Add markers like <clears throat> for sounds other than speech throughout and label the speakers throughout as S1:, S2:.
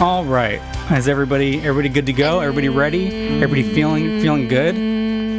S1: All right. Is everybody everybody good to go? Everybody ready? Everybody feeling feeling good?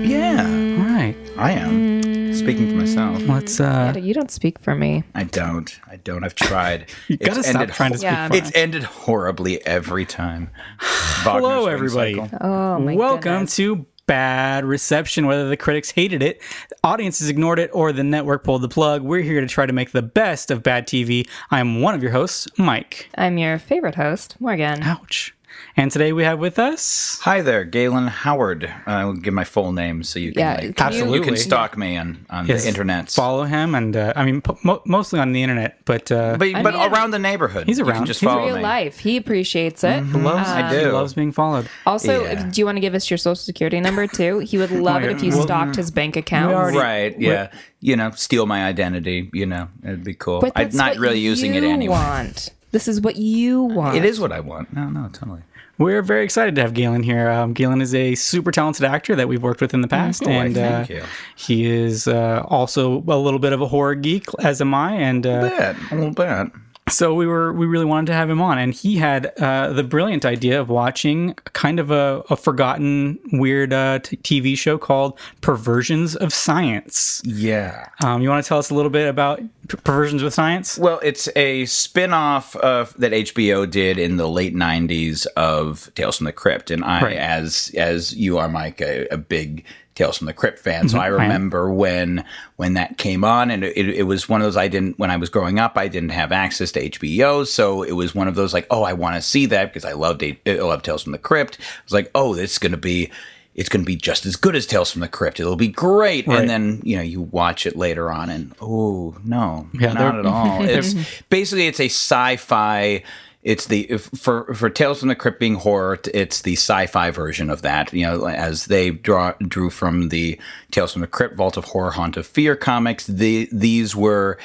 S2: Yeah,
S1: All right.
S2: I am. Speaking for myself,
S1: Let's uh
S3: You don't speak for me.
S2: I don't. I don't. I've tried.
S1: <laughs> you gotta
S2: It's
S1: stop
S2: ended
S1: trying to
S2: ho-
S1: speak
S3: Yeah.
S1: for
S2: It's ended horribly
S1: <sighs>
S2: every time.
S1: Hello,
S2: Wagner's
S1: everybody.
S2: Ring Cycle.
S3: Oh my
S1: Welcome
S3: goodness.
S1: to Bad Reception. Whether the critics hated it, audiences ignored it, or the network pulled the plug, we're here to try to make the best of bad TV. I'm one of your hosts, Mike.
S3: I'm your favorite host, Morgan.
S1: Ouch. And today we have with us.
S2: Hi there, Galen Howard. I will give my full name so you can
S3: Yeah,
S2: like,
S3: can you-
S2: absolutely you
S1: Absolutely.
S2: can stalk me on, on
S1: Yes.
S2: the internet.
S1: Follow him, and uh, I mean, po- mo- mostly on the internet, but uh,
S2: but but
S3: mean,
S2: around the neighborhood,
S1: he's
S2: You can
S1: around.
S2: just
S1: He's
S2: follow
S3: Real
S2: me.
S3: life. He appreciates it.
S1: loves,
S2: I
S1: he
S2: do.
S1: loves being followed.
S3: Also,
S2: Yeah.
S3: do you want to give us your social security number too? He would love it if you
S1: <laughs> Well,
S3: stalked his bank account.
S1: we already-
S2: Right? Yeah. You know, steal my identity. You know, it'd be cool.
S3: But
S2: I'm
S3: that's
S2: not
S3: what
S2: really using it
S3: you
S2: anyway.
S3: Want. This is what you want.
S2: It is what I want. No, no, totally.
S1: We're very excited to have Galen here. Um, Galen is a super talented actor that we've worked with in the past, and
S2: Mm-hmm. Oh, thank
S1: uh,
S2: you.
S1: he is uh, also a little bit of a horror geek, as am I. And uh,
S2: Bet a little bit.
S1: so we were we really wanted to have him on, and he had uh, the brilliant idea of watching kind of a, a forgotten weird uh, t- TV show called Perversions of Science.
S2: Yeah.
S1: Um, you want to tell us a little bit about P- Perversions with Science?
S2: Well, it's a spin-off of that HBO did in the late '90s of Tales from the Crypt, and I,
S1: Right.
S2: as as you are, Mike, a, a big Tales from the Crypt fan, so I
S1: Mm-hmm. am.
S2: remember when when that came on, and it, it was one of those I didn't when I was growing up, I didn't have access to HBO, so it was one of those like, oh, I want to see that because I loved I love Tales from the Crypt. I was like, oh, this is gonna be. It's going to be just as good as Tales from the Crypt. It'll be great,
S1: Right.
S2: and then you know you watch it later on, and oh no,
S1: Yeah,
S2: not
S1: <laughs> they're-
S2: at all. It's basically it's a sci-fi. It's the if- for for Tales from the Crypt being horror. t- It's the sci-fi version of that. You know, as they draw drew from the Tales from the Crypt, Vault of Horror, Haunt of Fear comics. The these were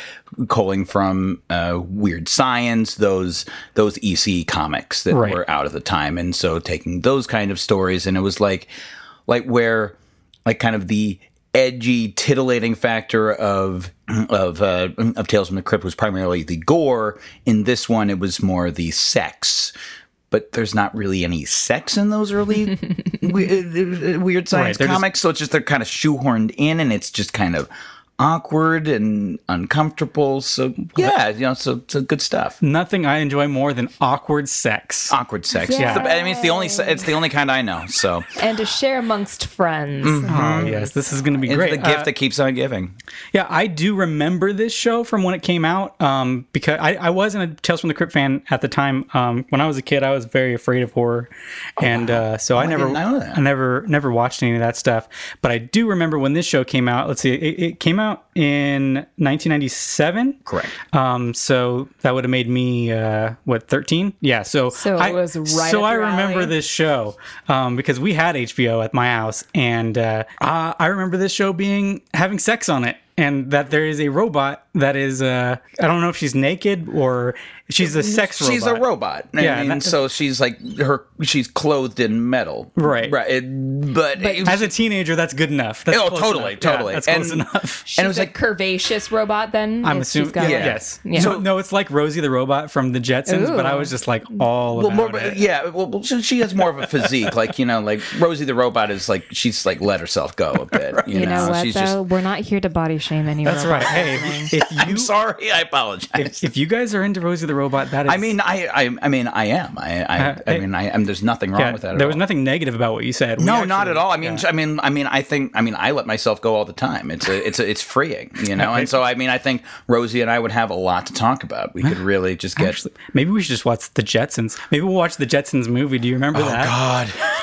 S2: culling from uh, Weird Science, those those EC comics that
S1: Right.
S2: were out at the time, and so taking those kind of stories, and it was like like where like kind of the edgy titillating factor of of uh, of Tales from the Crypt was primarily the gore. In this one, it was more the sex. But there's not really any sex in those
S1: <laughs>
S2: early we- uh, weird science
S1: they're just-
S2: comics, so it's just they're kind of shoehorned in, and it's just kind of awkward and uncomfortable. So yeah, you know, so, so good stuff.
S1: Nothing I enjoy more than awkward sex.
S2: Awkward sex. Yeah, I mean, it's the only it's the only kind I know. So
S3: And to share amongst friends.
S2: Mm-hmm.
S1: Oh, yes, this is going to be
S2: it's
S1: great.
S2: the
S1: Uh,
S2: gift that keeps on giving.
S1: Yeah, I do remember this show from when it came out um, because I, I wasn't a Tales from the Crypt fan at the time. Um, when I was a kid, I was very afraid of horror,
S2: Oh,
S1: and uh, so I never,
S2: didn't know that.
S1: I never, never watched any of that stuff. But I do remember when this show came out. Let's see, it, it came out in 1997.
S2: Correct.
S1: Um, so that would have made me uh, what 13? Yeah. So
S3: So it
S1: I,
S3: was right
S1: So
S3: up
S1: I
S3: your
S1: remember
S3: alley.
S1: this show um, because we had HBO at my house, and uh, uh, I remember this show being having sex on it, and that there is a robot that is uh, I don't know if she's naked or she's a sex
S2: she's
S1: robot.
S2: a robot. I
S1: Yeah,
S2: mean,
S1: that-
S2: so she's like her. She's clothed in metal.
S1: Right.
S2: Right. It- but
S1: As a teenager, that's good enough. That's
S2: Oh,
S1: close
S2: totally,
S1: enough. Yeah,
S2: totally.
S1: that's
S2: And-
S1: close enough.
S3: <laughs> She's
S2: it was
S3: a
S2: like-
S3: curvaceous robot then?
S1: I'm
S3: If she's
S1: assuming,
S3: got, like-
S1: yes.
S3: Yeah.
S1: So, no, it's like Rosie the robot from the Jetsons, but I
S3: Ooh.
S1: was just like all
S2: well,
S1: about
S2: more,
S1: it.
S2: yeah. Well, well, she, she has more of a physique. like you know, like Rosie the robot is like she's like let herself go a
S3: <laughs>
S2: bit. You,
S3: You know what,
S2: she's
S3: though?
S2: just.
S3: We're not here to body shame anyone.
S1: That's right. Hey, if you
S2: <laughs> I'm sorry. I apologize.
S1: if you guys are into Rosie the Robot, that is.
S2: I mean, I, I, I mean, I am. I, I, I mean, I am. There's nothing wrong
S1: Uh, yeah,
S2: with that. At
S1: there
S2: all.
S1: was nothing negative about what you said. We
S2: No,
S1: actually-
S2: not at all. I mean, I mean, I mean, I think, I mean, I let myself go all the time. It's a, it's a, it's freeing,
S1: <laughs>
S2: you know. And so, I mean, I think Rosie and I would have a lot to talk about. We could really just get.
S1: Actually, maybe we should just watch the Jetsons. Maybe we'll watch the Jetsons movie. Do you remember <laughs> that?
S2: Oh,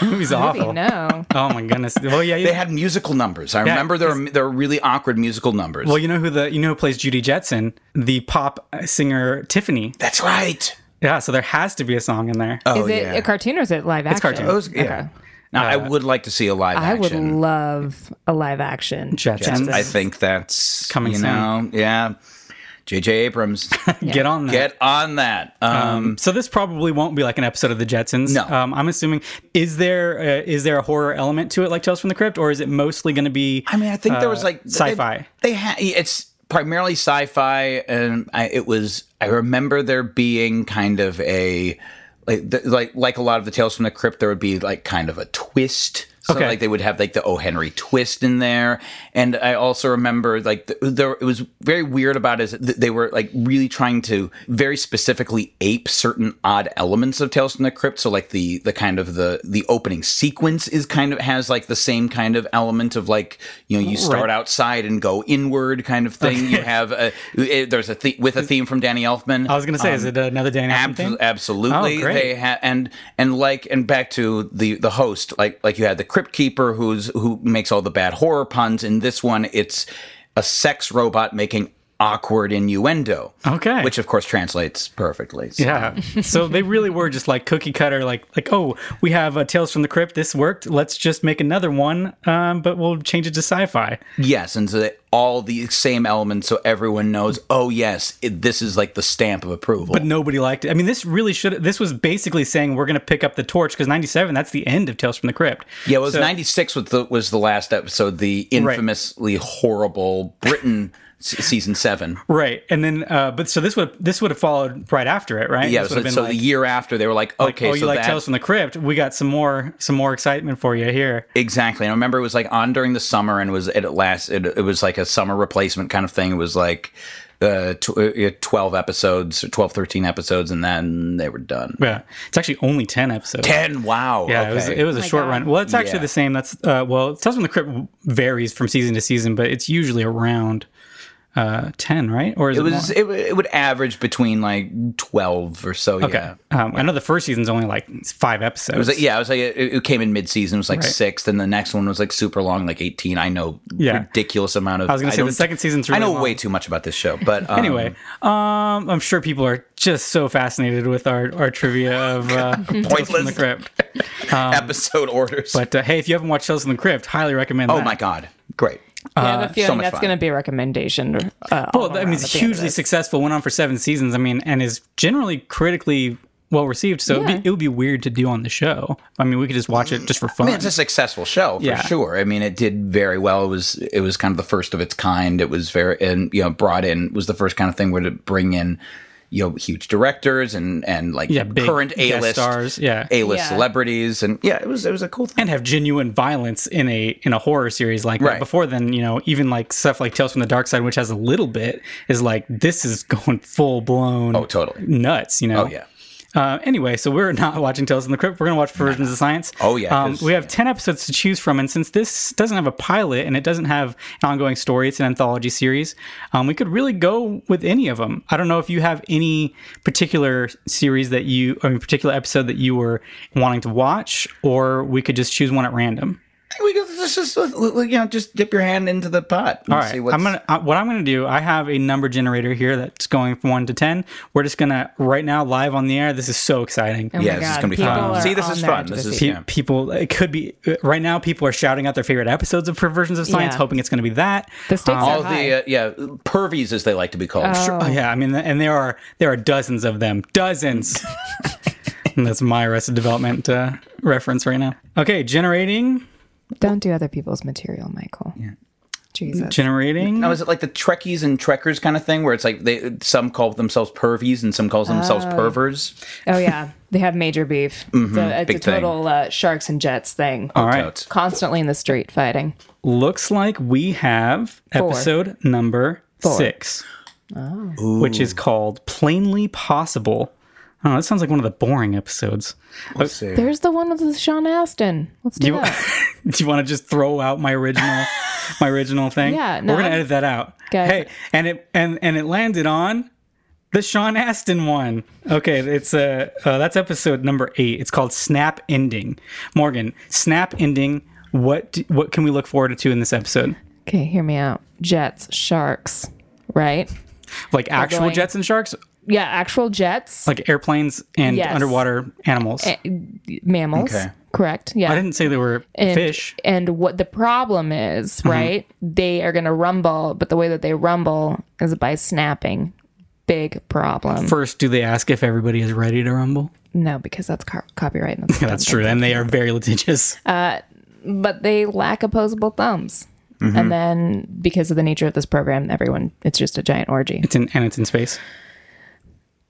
S2: God,
S1: It was awful.
S3: No.
S1: Oh my goodness. Well,
S2: <laughs>
S1: yeah. You,
S2: they had musical numbers. I remember there were there were really awkward musical numbers.
S1: well, you know who the you know who plays Judy Jetson, the pop singer Tiffany.
S2: that's right.
S1: Yeah. So there has to be a song in there.
S2: Oh
S3: is it
S2: yeah,
S3: a cartoon or is it live action? It's
S1: cartoon.
S2: It was- yeah. Now, I
S1: Uh,
S2: would like to see a live
S3: I would
S2: action.
S3: love a live action
S1: Jetsons.
S2: I think that's
S1: Coming
S2: You
S1: soon.
S2: know, yeah. J.J.
S1: <laughs>
S2: Abrams,
S1: Get on that.
S2: get on that. Um,
S1: so this probably won't be like an episode of the Jetsons.
S2: No.
S1: Um, I'm assuming is there uh, is there a horror element to it like Tales from the Crypt, or is it mostly going to be?
S2: I mean, I think there was
S1: uh,
S2: like they-
S1: sci-fi.
S2: They, had it's primarily sci-fi, and I, it was. I remember there being kind of a like th- like like a lot of the tales from the crypt there would be like kind of a twist so
S1: Okay.
S2: like they would have like the O Henry twist in there and I also remember like th- there it was very weird about is th- they were like really trying to very specifically ape certain odd elements of tales from the crypt so like the the kind of the the opening sequence is kind of has like the same kind of element of like you know you start
S1: Right.
S2: outside and go inward kind of thing you have a it- there's a the- with a theme from Danny Elfman
S1: I was gonna say, is
S2: Um,
S1: it another Danny Elfman
S2: Abso-
S1: thing?
S2: Absolutely,
S1: Oh, great.
S2: they ha- and and like and back to the the host, like like you had the crypt keeper who's who makes all the bad horror puns. In this one, it's a sex robot making awkward innuendo.
S1: Okay.
S2: which of course translates perfectly.
S1: <laughs>
S2: So-
S1: Yeah. so they really were just like cookie cutter, like like oh, we have uh, Tales from the Crypt. This worked. Let's just make another one, um, but we'll change it to sci-fi.
S2: Yes, and so they, all the same elements, so everyone knows. Oh yes, it, this is like the stamp of approval.
S1: But nobody liked it. I mean, this really should. This was basically saying we're gonna pick up the torch because '97. That's the end of Tales from the Crypt.
S2: Yeah, it was
S1: So-
S2: ninety six was the was the last episode, the infamously horrible Britain s- season seven.
S1: Right, and then uh, but so this would this would have followed right after it, right?
S2: Yeah,
S1: This
S2: so,
S1: would've been
S2: so
S1: like-
S2: the year after they were like,
S1: like,
S2: okay,
S1: oh, you
S2: so
S1: like
S2: that,
S1: Tales from the Crypt? We got some more some more excitement for you here.
S2: exactly. And I remember it was like on during the summer and was it at last it, it was like a summer replacement kind of thing. It was like uh, tw- uh, 12 episodes, 12, 13 episodes, and then they were done.
S1: Yeah, it's actually only ten episodes.
S2: 10, wow.
S1: Yeah,
S2: okay.
S1: it was it was a
S3: my
S1: short
S3: God.
S1: run. Well, it's actually
S2: Yeah.
S1: the same. That's uh, well, Tales from the Crypt varies from season to season, but it's usually around uh, ten, right? Or is it,
S2: it was
S1: more?
S2: it, w- it would average between like 12 or so.
S1: Okay.
S2: Yeah.
S1: Um, I know the first season's only like five episodes.
S2: It was like, yeah, it was like it, it came in mid season. It was like
S1: Right.
S2: sixth, and the next one was like super long, like eighteen. I know
S1: Yeah.
S2: ridiculous amount of.
S1: I was gonna say the
S2: don't-
S1: second season's.
S2: I
S1: Really
S2: know
S1: long.
S2: way too much about this show, but um,
S1: Anyway, um, I'm sure people are just so fascinated with our, our trivia of uh,
S2: <laughs>
S1: Tales from the
S2: Pointless.
S1: Crypt.
S2: episode <laughs> orders.
S1: Um, But uh, hey, if you haven't watched Tales from the Crypt, highly recommend.
S2: oh
S1: that.
S2: my god, great!
S3: I have a feeling
S2: Uh, much
S3: that's
S2: fun.
S3: going to be a recommendation. Uh, all
S1: Well, I
S3: around
S1: mean,
S3: at
S1: it's
S3: the end of
S1: hugely
S3: this.
S1: successful. Went on for seven seasons. I mean, and is generally critically well received. So it'd
S3: Yeah.
S1: be, it would be weird to do on the show. I mean, we could just watch it just for fun.
S2: I mean, it's a successful show for
S1: Um, Yeah.
S2: sure. I mean, it did very well. It was it was kind of the first of its kind. It was very and you know brought in was the first kind of thing where to bring in you know huge directors and and like
S1: Yeah, big
S2: current
S1: guest
S2: A list
S1: stars, yeah.
S2: A list
S3: Yeah.
S2: celebrities and yeah, it was it was a cool thing.
S1: and have genuine violence in a in a horror series like that.
S2: Right.
S1: Before then, you know, even like stuff like Tales from the Dark Side, which has a little bit, is like this is <laughs> going full blown.
S2: Oh, totally.
S1: nuts. You know.
S2: Oh yeah.
S1: Uh, anyway, so we're <laughs> not watching Tales from the Crypt. We're going to watch Versions of Science.
S2: Oh, yeah,
S1: Um,
S2: 'cause-
S1: we have 10 episodes to choose from. And since this doesn't have a pilot and it doesn't have an ongoing story, it's an anthology series, um, we could really go with any of them. I don't know if you have any particular series that you, I mean, particular episode that you were wanting to watch, or we could just choose one at random.
S2: We go, let's just you know just dip your hand into the pot. And
S1: All right,
S2: see what's,
S1: I'm gonna. Uh, what I'm gonna do. I have a number generator here that's going from one to ten. We're just gonna right now live on the air. This is so exciting.
S3: Oh my
S2: Yeah, this is
S3: God,
S2: gonna be
S3: people
S2: fun.
S3: are
S2: See, this
S3: on
S2: is
S3: their
S2: fun.
S3: edge of
S2: This
S3: their
S2: is-
S3: seat.
S1: pe-
S2: Yeah.
S1: people it could be right now people are shouting out their favorite episodes of perversions of science
S3: Yeah.
S1: hoping it's going to be that
S3: The stakes
S2: all
S3: are high.
S2: the uh, yeah pervies as they like to be called.
S1: Sure,
S3: Oh.
S1: yeah i mean and there are there are dozens of them
S3: <laughs>
S1: dozens and that's my arrested development uh, reference right now okay generating
S3: Don't do other people's material, Michael. Jesus.
S1: generating
S2: Now, is it like the Trekkies and Trekkers kind of thing, where it's like they some call themselves pervies and some calls themselves pervers?
S3: <laughs> Oh yeah, they have major beef. It's a, it's
S2: Mm-hmm. big
S3: a
S2: thing.
S3: total uh, sharks and jets thing.
S1: all right
S2: Totes.
S3: Constantly in the street fighting.
S1: looks like we have
S3: Four.
S1: episode number
S3: Four. Oh.
S1: six which is called plainly possible oh that sounds like one of the boring episodes Uh,
S3: There's the one with Sean Astin. Let's do
S1: You-
S3: that.
S1: <laughs> Do you want to just throw out my
S3: <laughs>
S1: original my original thing?
S3: Yeah, no,
S1: We're gonna
S3: I'm-
S1: edit that out.
S3: Guys-
S1: Hey, and it and and it landed on the Sean Astin one. Okay, it's uh, uh that's episode number eight. It's called Snap Ending. Morgan, Snap Ending. What do, what can we look forward to in this episode?
S3: Okay, hear me out. Jets, sharks, right?
S1: Like actual
S3: going-
S1: jets and sharks,
S3: Yeah, actual jets,
S1: like airplanes and
S3: Yes. Eh.
S1: underwater animals.
S3: mammals.
S2: Okay.
S3: Correct. Yeah.
S1: I didn't say they were
S3: and,
S1: fish. Mm-hmm.
S3: And what the problem is, right? They are going to rumble, but the way that they rumble is by snapping. Big problem.
S1: First, do they ask if everybody is ready to rumble?
S3: no, because that's co- copyright. And
S1: <laughs>
S3: that's,
S1: That's true, and they are very litigious.
S3: <laughs> Uh, but they lack opposable thumbs.
S1: Mm-hmm.
S3: And then because of the nature of this program, everyone, it's just a giant orgy.
S1: It's in and it's in space.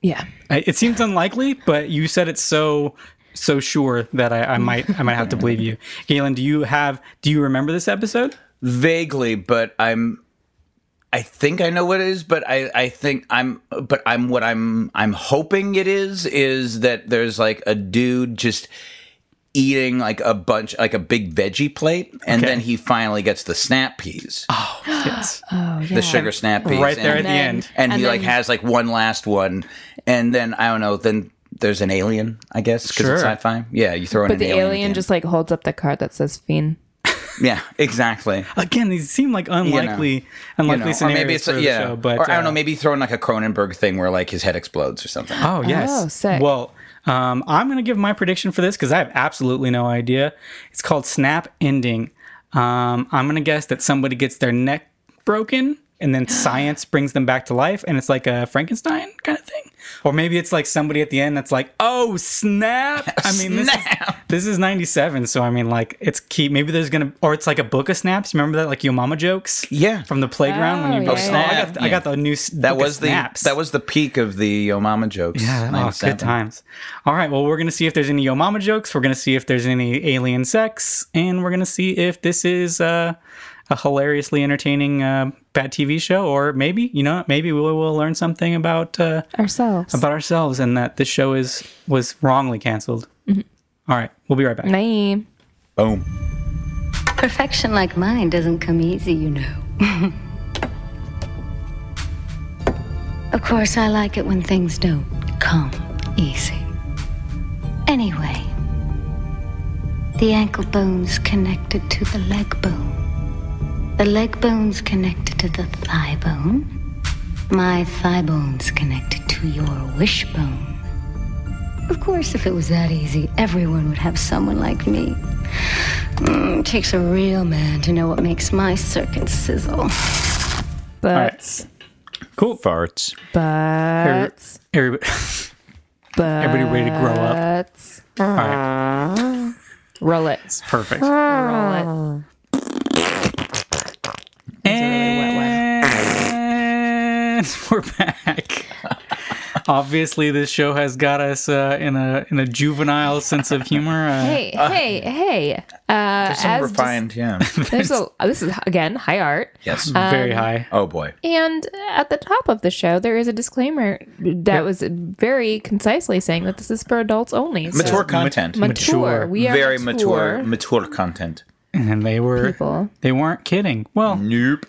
S3: Yeah.
S1: I- It seems unlikely, but you said it so so sure that I, I might I might have to believe you. Galen, do you have do you remember this episode?
S2: Vaguely, but I'm. I think I know what it is, but I, I think I'm but I'm what I'm I'm hoping it is is that there's like a dude just eating like a bunch like a big veggie plate and
S1: Okay.
S2: then he finally gets the snap peas.
S1: Yes.
S3: Oh yeah.
S2: the sugar snap peas.
S1: Right there
S2: and,
S1: at the end.
S2: and he
S3: then-
S2: like has like one last one and then I don't know, then there's an alien, I guess, because it's
S1: Sure.
S2: sci-fi. Yeah, you throw in
S3: But
S2: an
S3: the
S2: alien.
S3: alien,
S2: at the end.
S3: just like holds up the card that says fiend.
S2: Yeah, exactly.
S1: Again, these seem like unlikely
S2: You
S1: unlikely
S2: know, or
S1: scenarios
S2: maybe it's
S1: for the
S2: yeah,
S1: show, but
S2: or I don't
S1: uh,
S2: know, maybe throw in like a Cronenberg thing where like his head explodes or something.
S1: Oh yes.
S3: Oh, sick.
S1: Well, um, I'm gonna give my prediction for this because I have absolutely no idea. It's called snap ending. Um, I'm gonna guess that somebody gets their neck broken and then science brings them back to life and it's like a Frankenstein kind of thing. Or maybe it's like somebody at the end that's like, oh snap. I mean this is this is ninety seven, so I mean like it's key maybe there's gonna or it's like a book of snaps. Remember that like your mama jokes?
S2: Yeah.
S1: From the playground when
S3: Oh,
S1: you
S3: yeah,
S1: go,
S3: yeah,
S1: I,
S2: yeah.
S1: got, I got the new s-
S2: That
S1: book of
S2: was the
S1: snaps.
S2: that was the peak of the Yo Mama jokes.
S1: Yeah, oh,
S2: 97.
S1: good times. All right, well, we're gonna see if there's any Yo Mama jokes. We're gonna see if there's any alien sex, and we're gonna see if this is uh, a hilariously entertaining uh, bad TV show, or maybe you know, maybe we will learn something about uh,
S3: Ourselves.
S1: about ourselves and that this show is was wrongly canceled. All right, we'll be right back.
S3: Bye.
S2: Boom.
S4: Perfection like mine doesn't come easy, you know. <laughs> of course, I like it when things don't come easy. Anyway, the ankle bone's connected to the leg bone. The leg bone's connected to the thigh bone. My thigh bone's connected to your wishbone. Of course, if it was that easy, everyone would have someone like me. Mm, takes a real man to know what makes my circuit sizzle.
S3: But
S2: Cool. Farts.
S3: but
S1: Everybody, <laughs>
S3: but
S1: everybody ready to grow up. All right,
S3: Roll it.
S1: perfect.
S3: Roll it.
S1: And <laughs> we're back. Obviously, this show has got us uh, in a in a juvenile sense of humor. Uh,
S3: Hey, hey, hey. Uh,
S2: Some
S3: as
S2: refined,
S1: <laughs>
S2: yeah.
S3: dis- there's a, this is again high art.
S2: yes.
S1: very
S3: um,
S1: high.
S2: oh boy.
S3: And at the top of the show, there is a disclaimer that was very concisely saying that this is for adults only. So
S2: Mature content.
S3: mature.
S1: mature.
S3: We are
S2: Very mature mature content.
S1: And they were
S3: people.
S1: they weren't kidding. Well,
S2: Nope.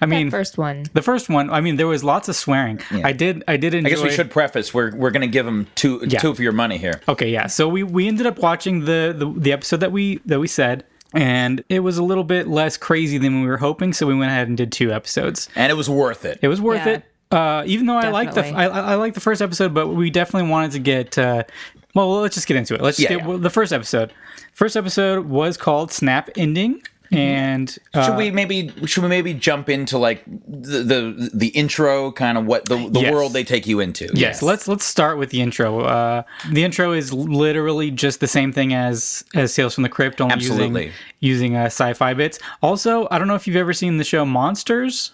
S1: I mean,
S3: That first one.
S1: the first one. I mean, there was lots of swearing. I did I did enjoy.
S2: I guess we should preface we're we're gonna give him two
S1: Yeah.
S2: two for your money here.
S1: Okay, yeah. So we we ended up watching the, the the episode that we that we said, and it was a little bit less crazy than we were hoping. So we went ahead and did two episodes.
S2: And it was worth it.
S1: It was worth
S3: Yeah.
S1: it. Uh, even though I like the I,
S3: Definitely.
S1: I I like the first episode, but we definitely wanted to get. Uh, well, let's just get into it. Let's just
S2: Yeah,
S1: get
S2: yeah.
S1: the first episode. First episode was called "Snap Ending,"
S3: Mm-hmm.
S1: and uh,
S2: should we maybe should we maybe jump into like the the, the intro kind of what the, the
S1: Yes.
S2: world they take you into?
S1: yes, let's let's start with the intro. Uh, the intro is literally just the same thing as as Tales from the Crypt, only
S2: Absolutely.
S1: using using uh, sci-fi bits. Also, I don't know if you've ever seen the show Monsters.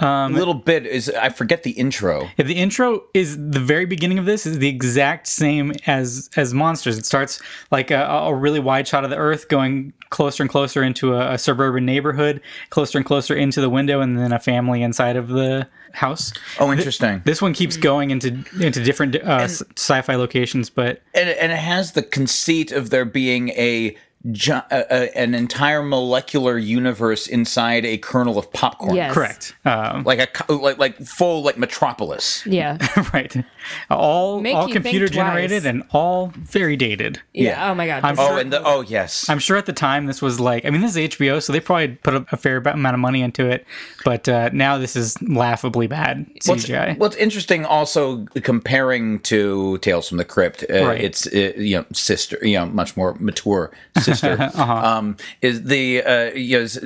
S2: a little bit is I forget the intro.
S1: If the intro is the very beginning of this is the exact same as as monsters. It starts like a, a really wide shot of the Earth, going closer and closer into a, a suburban neighborhood, closer and closer into the window, and then a family inside of the house.
S2: Oh, interesting.
S1: This one
S3: Mm.
S1: keeps going into into different uh, s- sci-fi locations, but
S2: and, and it has the conceit of there being a, gi- a, a an entire molecular universe inside a kernel of popcorn.
S3: Yes.
S1: correct, <laughs> uh,
S2: Like a co- like like full like metropolis. <laughs>
S3: Yeah. yeah.
S1: right? All
S3: Make
S1: all
S3: you think
S1: computer generated
S3: twice.
S1: and all very dated.
S3: Oh my god.
S1: I'm
S2: Oh,
S1: sure-
S2: and the oh yes.
S1: I'm sure at the time this was like, I mean, this is HBO, so they probably put a, a fair ba- amount of money into it, but uh, now this is laughably bad
S2: What's,
S1: CGI.
S2: what's interesting, also comparing to Tales from the Crypt, uh,
S1: Right.
S2: it's uh, you know sister, you know much more
S1: <laughs>
S2: mature sister,
S1: Uh-huh.
S2: um, is the uh, you know, is-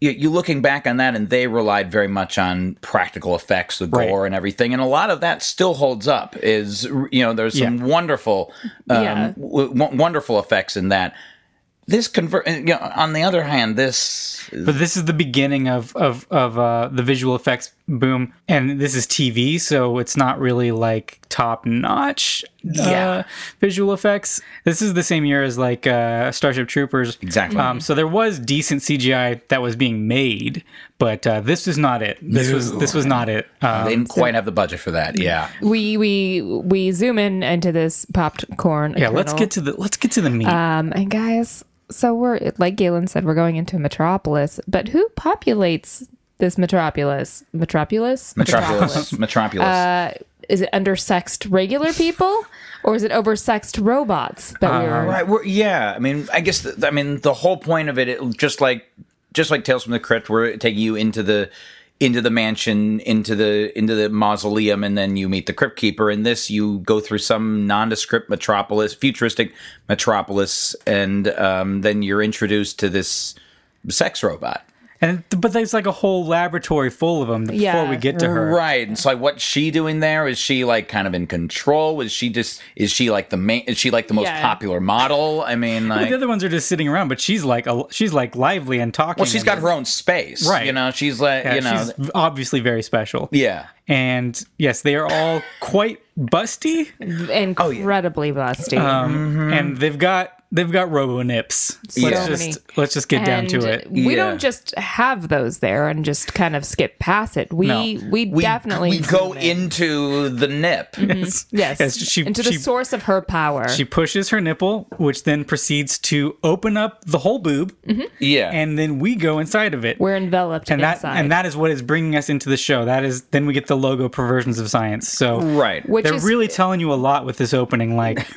S2: you- you looking back on that, and they relied very much on practical effects, the
S1: Right.
S2: gore and everything, and a lot of that still holds up. Is you know there's some
S1: Yeah.
S2: wonderful, um,
S3: Yeah.
S2: w- w- wonderful effects in that. This convert, you know, on the other hand, this
S1: but this is the beginning of of of uh, the visual effects boom. And this is TV, so it's not really like top notch
S2: Yeah.
S1: visual effects. This is the same year as like uh, Starship Troopers.
S2: Exactly.
S1: Um, so there was decent CGI that was being made, but uh, this is not it. This was this was not it. Um,
S2: They didn't quite have the budget for that. Yeah.
S3: We we we zoom in into this popped corn.
S1: yeah, let's get to the let's get to the meat.
S3: Um, and guys, so we're like Galen said, we're going into a metropolis, but who populates this metropolis? Metropolis?
S2: Metropolis. Metropolis.
S3: Uh, is it undersexed regular people, or is it oversexed robots that
S1: Uh,
S3: we were?
S2: Right. We're, yeah. I mean, I guess. The, I mean, the whole point of it, it, just like, just like Tales from the Crypt, we're taking you into the, into the mansion, into the, into the mausoleum, and then you meet the Crypt Keeper. In this, you go through some nondescript metropolis, futuristic metropolis, and um, then you're introduced to this sex robot.
S1: and but there's like a whole laboratory full of them before
S3: Yeah.
S1: we get to her.
S2: Right. And so like what's she doing there? Is she like kind of in control? Is she just is she like the main is she like the most
S3: Yeah.
S2: popular model?
S1: <laughs>
S2: I mean like
S1: The other ones are just sitting around, but she's like a, she's like lively and talking.
S2: Well, she's
S1: and-
S2: got her own space,
S1: Right.
S2: You know, she's like,
S1: Yeah,
S2: you know,
S1: she's obviously very special.
S2: yeah.
S1: And yes, they are all quite busty, Oh,
S3: Incredibly busty.
S1: Uh, and they've got they've got robo nips. Let's
S2: Yeah.
S1: just
S3: Mm-hmm. many.
S1: let's just get down to it.
S3: We
S2: Yeah.
S3: don't just have those there and just kind of skip past it. We
S1: No.
S3: we, definitely
S2: we go
S3: zoom
S2: into the nip.
S1: <laughs>
S3: yes
S1: Yes, she-
S3: into
S1: she-
S3: the source of her power.
S1: She pushes her nipple, which then proceeds to open up the whole boob,
S3: Mm-hmm.
S2: Yeah,
S1: and then we go inside of it.
S3: We're enveloped
S1: and that
S3: inside.
S1: and that is what is bringing us into the show. That is then we get the logo perversions of science. So
S2: right.
S3: which
S1: they're
S3: is
S1: really telling you a lot with this opening.
S3: <laughs>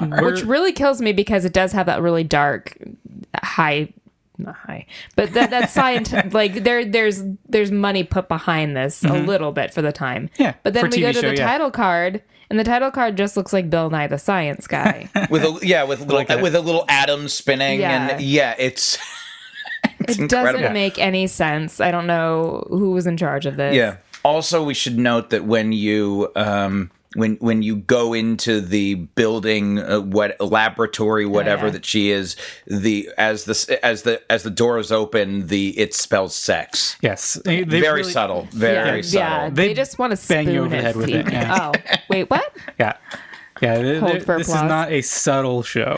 S1: Like we're-
S3: which really kills me because it does have that really dark high not high but
S1: <laughs>
S3: that that science like there there's there's money put behind this a little bit for the time
S1: Mm-hmm. Yeah,
S3: but then
S1: for
S3: we go
S1: TV
S3: to
S1: show,
S3: the
S1: yeah.
S3: title card and the title card just looks like bill nye the
S1: <laughs>
S3: science guy
S2: with a yeah, with little,
S1: at it.
S2: with a little atom spinning,
S3: Yeah.
S2: and yeah, it's
S3: it
S2: incredible.
S3: doesn't make any sense i don't know who was in charge of this
S2: yeah. Also, we should note that when you um when when you go into the building, uh, what laboratory, whatever
S3: Oh, yeah.
S2: that she is, the as the as the as the doors open, the it spells sex.
S1: yes, they, they
S2: Very
S1: really-
S2: subtle. Very
S3: yeah,
S2: subtle.
S3: yeah, they,
S1: They
S3: just want to
S1: bang
S3: spoon
S1: you over the
S3: his
S1: head with it,
S3: teeth.
S1: yeah.
S3: Oh, wait, what?
S1: Yeah, yeah. th-
S3: Hold
S1: th-
S3: for
S1: this is
S3: applause.
S1: not a subtle show.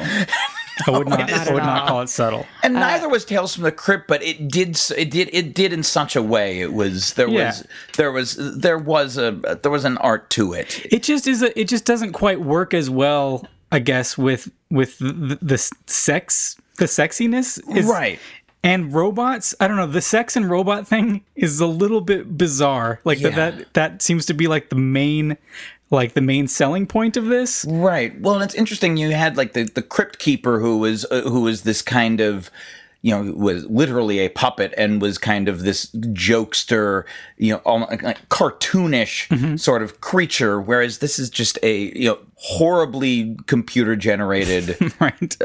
S1: I
S3: <laughs>
S1: would not.
S3: is
S1: I would
S3: not.
S1: not call it subtle.
S2: And neither was Tales from the Crypt, but it did s- it did it did in such a way. It was there
S1: Yeah.
S2: was there was there was a there was an art to it.
S1: It just is. A, it just doesn't quite work as well, I guess, with with the, the, the s- sex, the sexiness, is,
S2: Right.
S1: And robots. I don't know. The sex and robot thing is a little bit bizarre. Like that
S2: Yeah.
S1: that that seems to be like the main, like the main selling point of this.
S2: Right. Well, and it's interesting. You had like the the Crypt Keeper who was uh, who was this kind of. You know, was literally a puppet and was kind of this jokester, you know, almost like- like cartoonish sort of creature. Whereas this is just a you know horribly computer generated
S1: <laughs> <laughs> Right.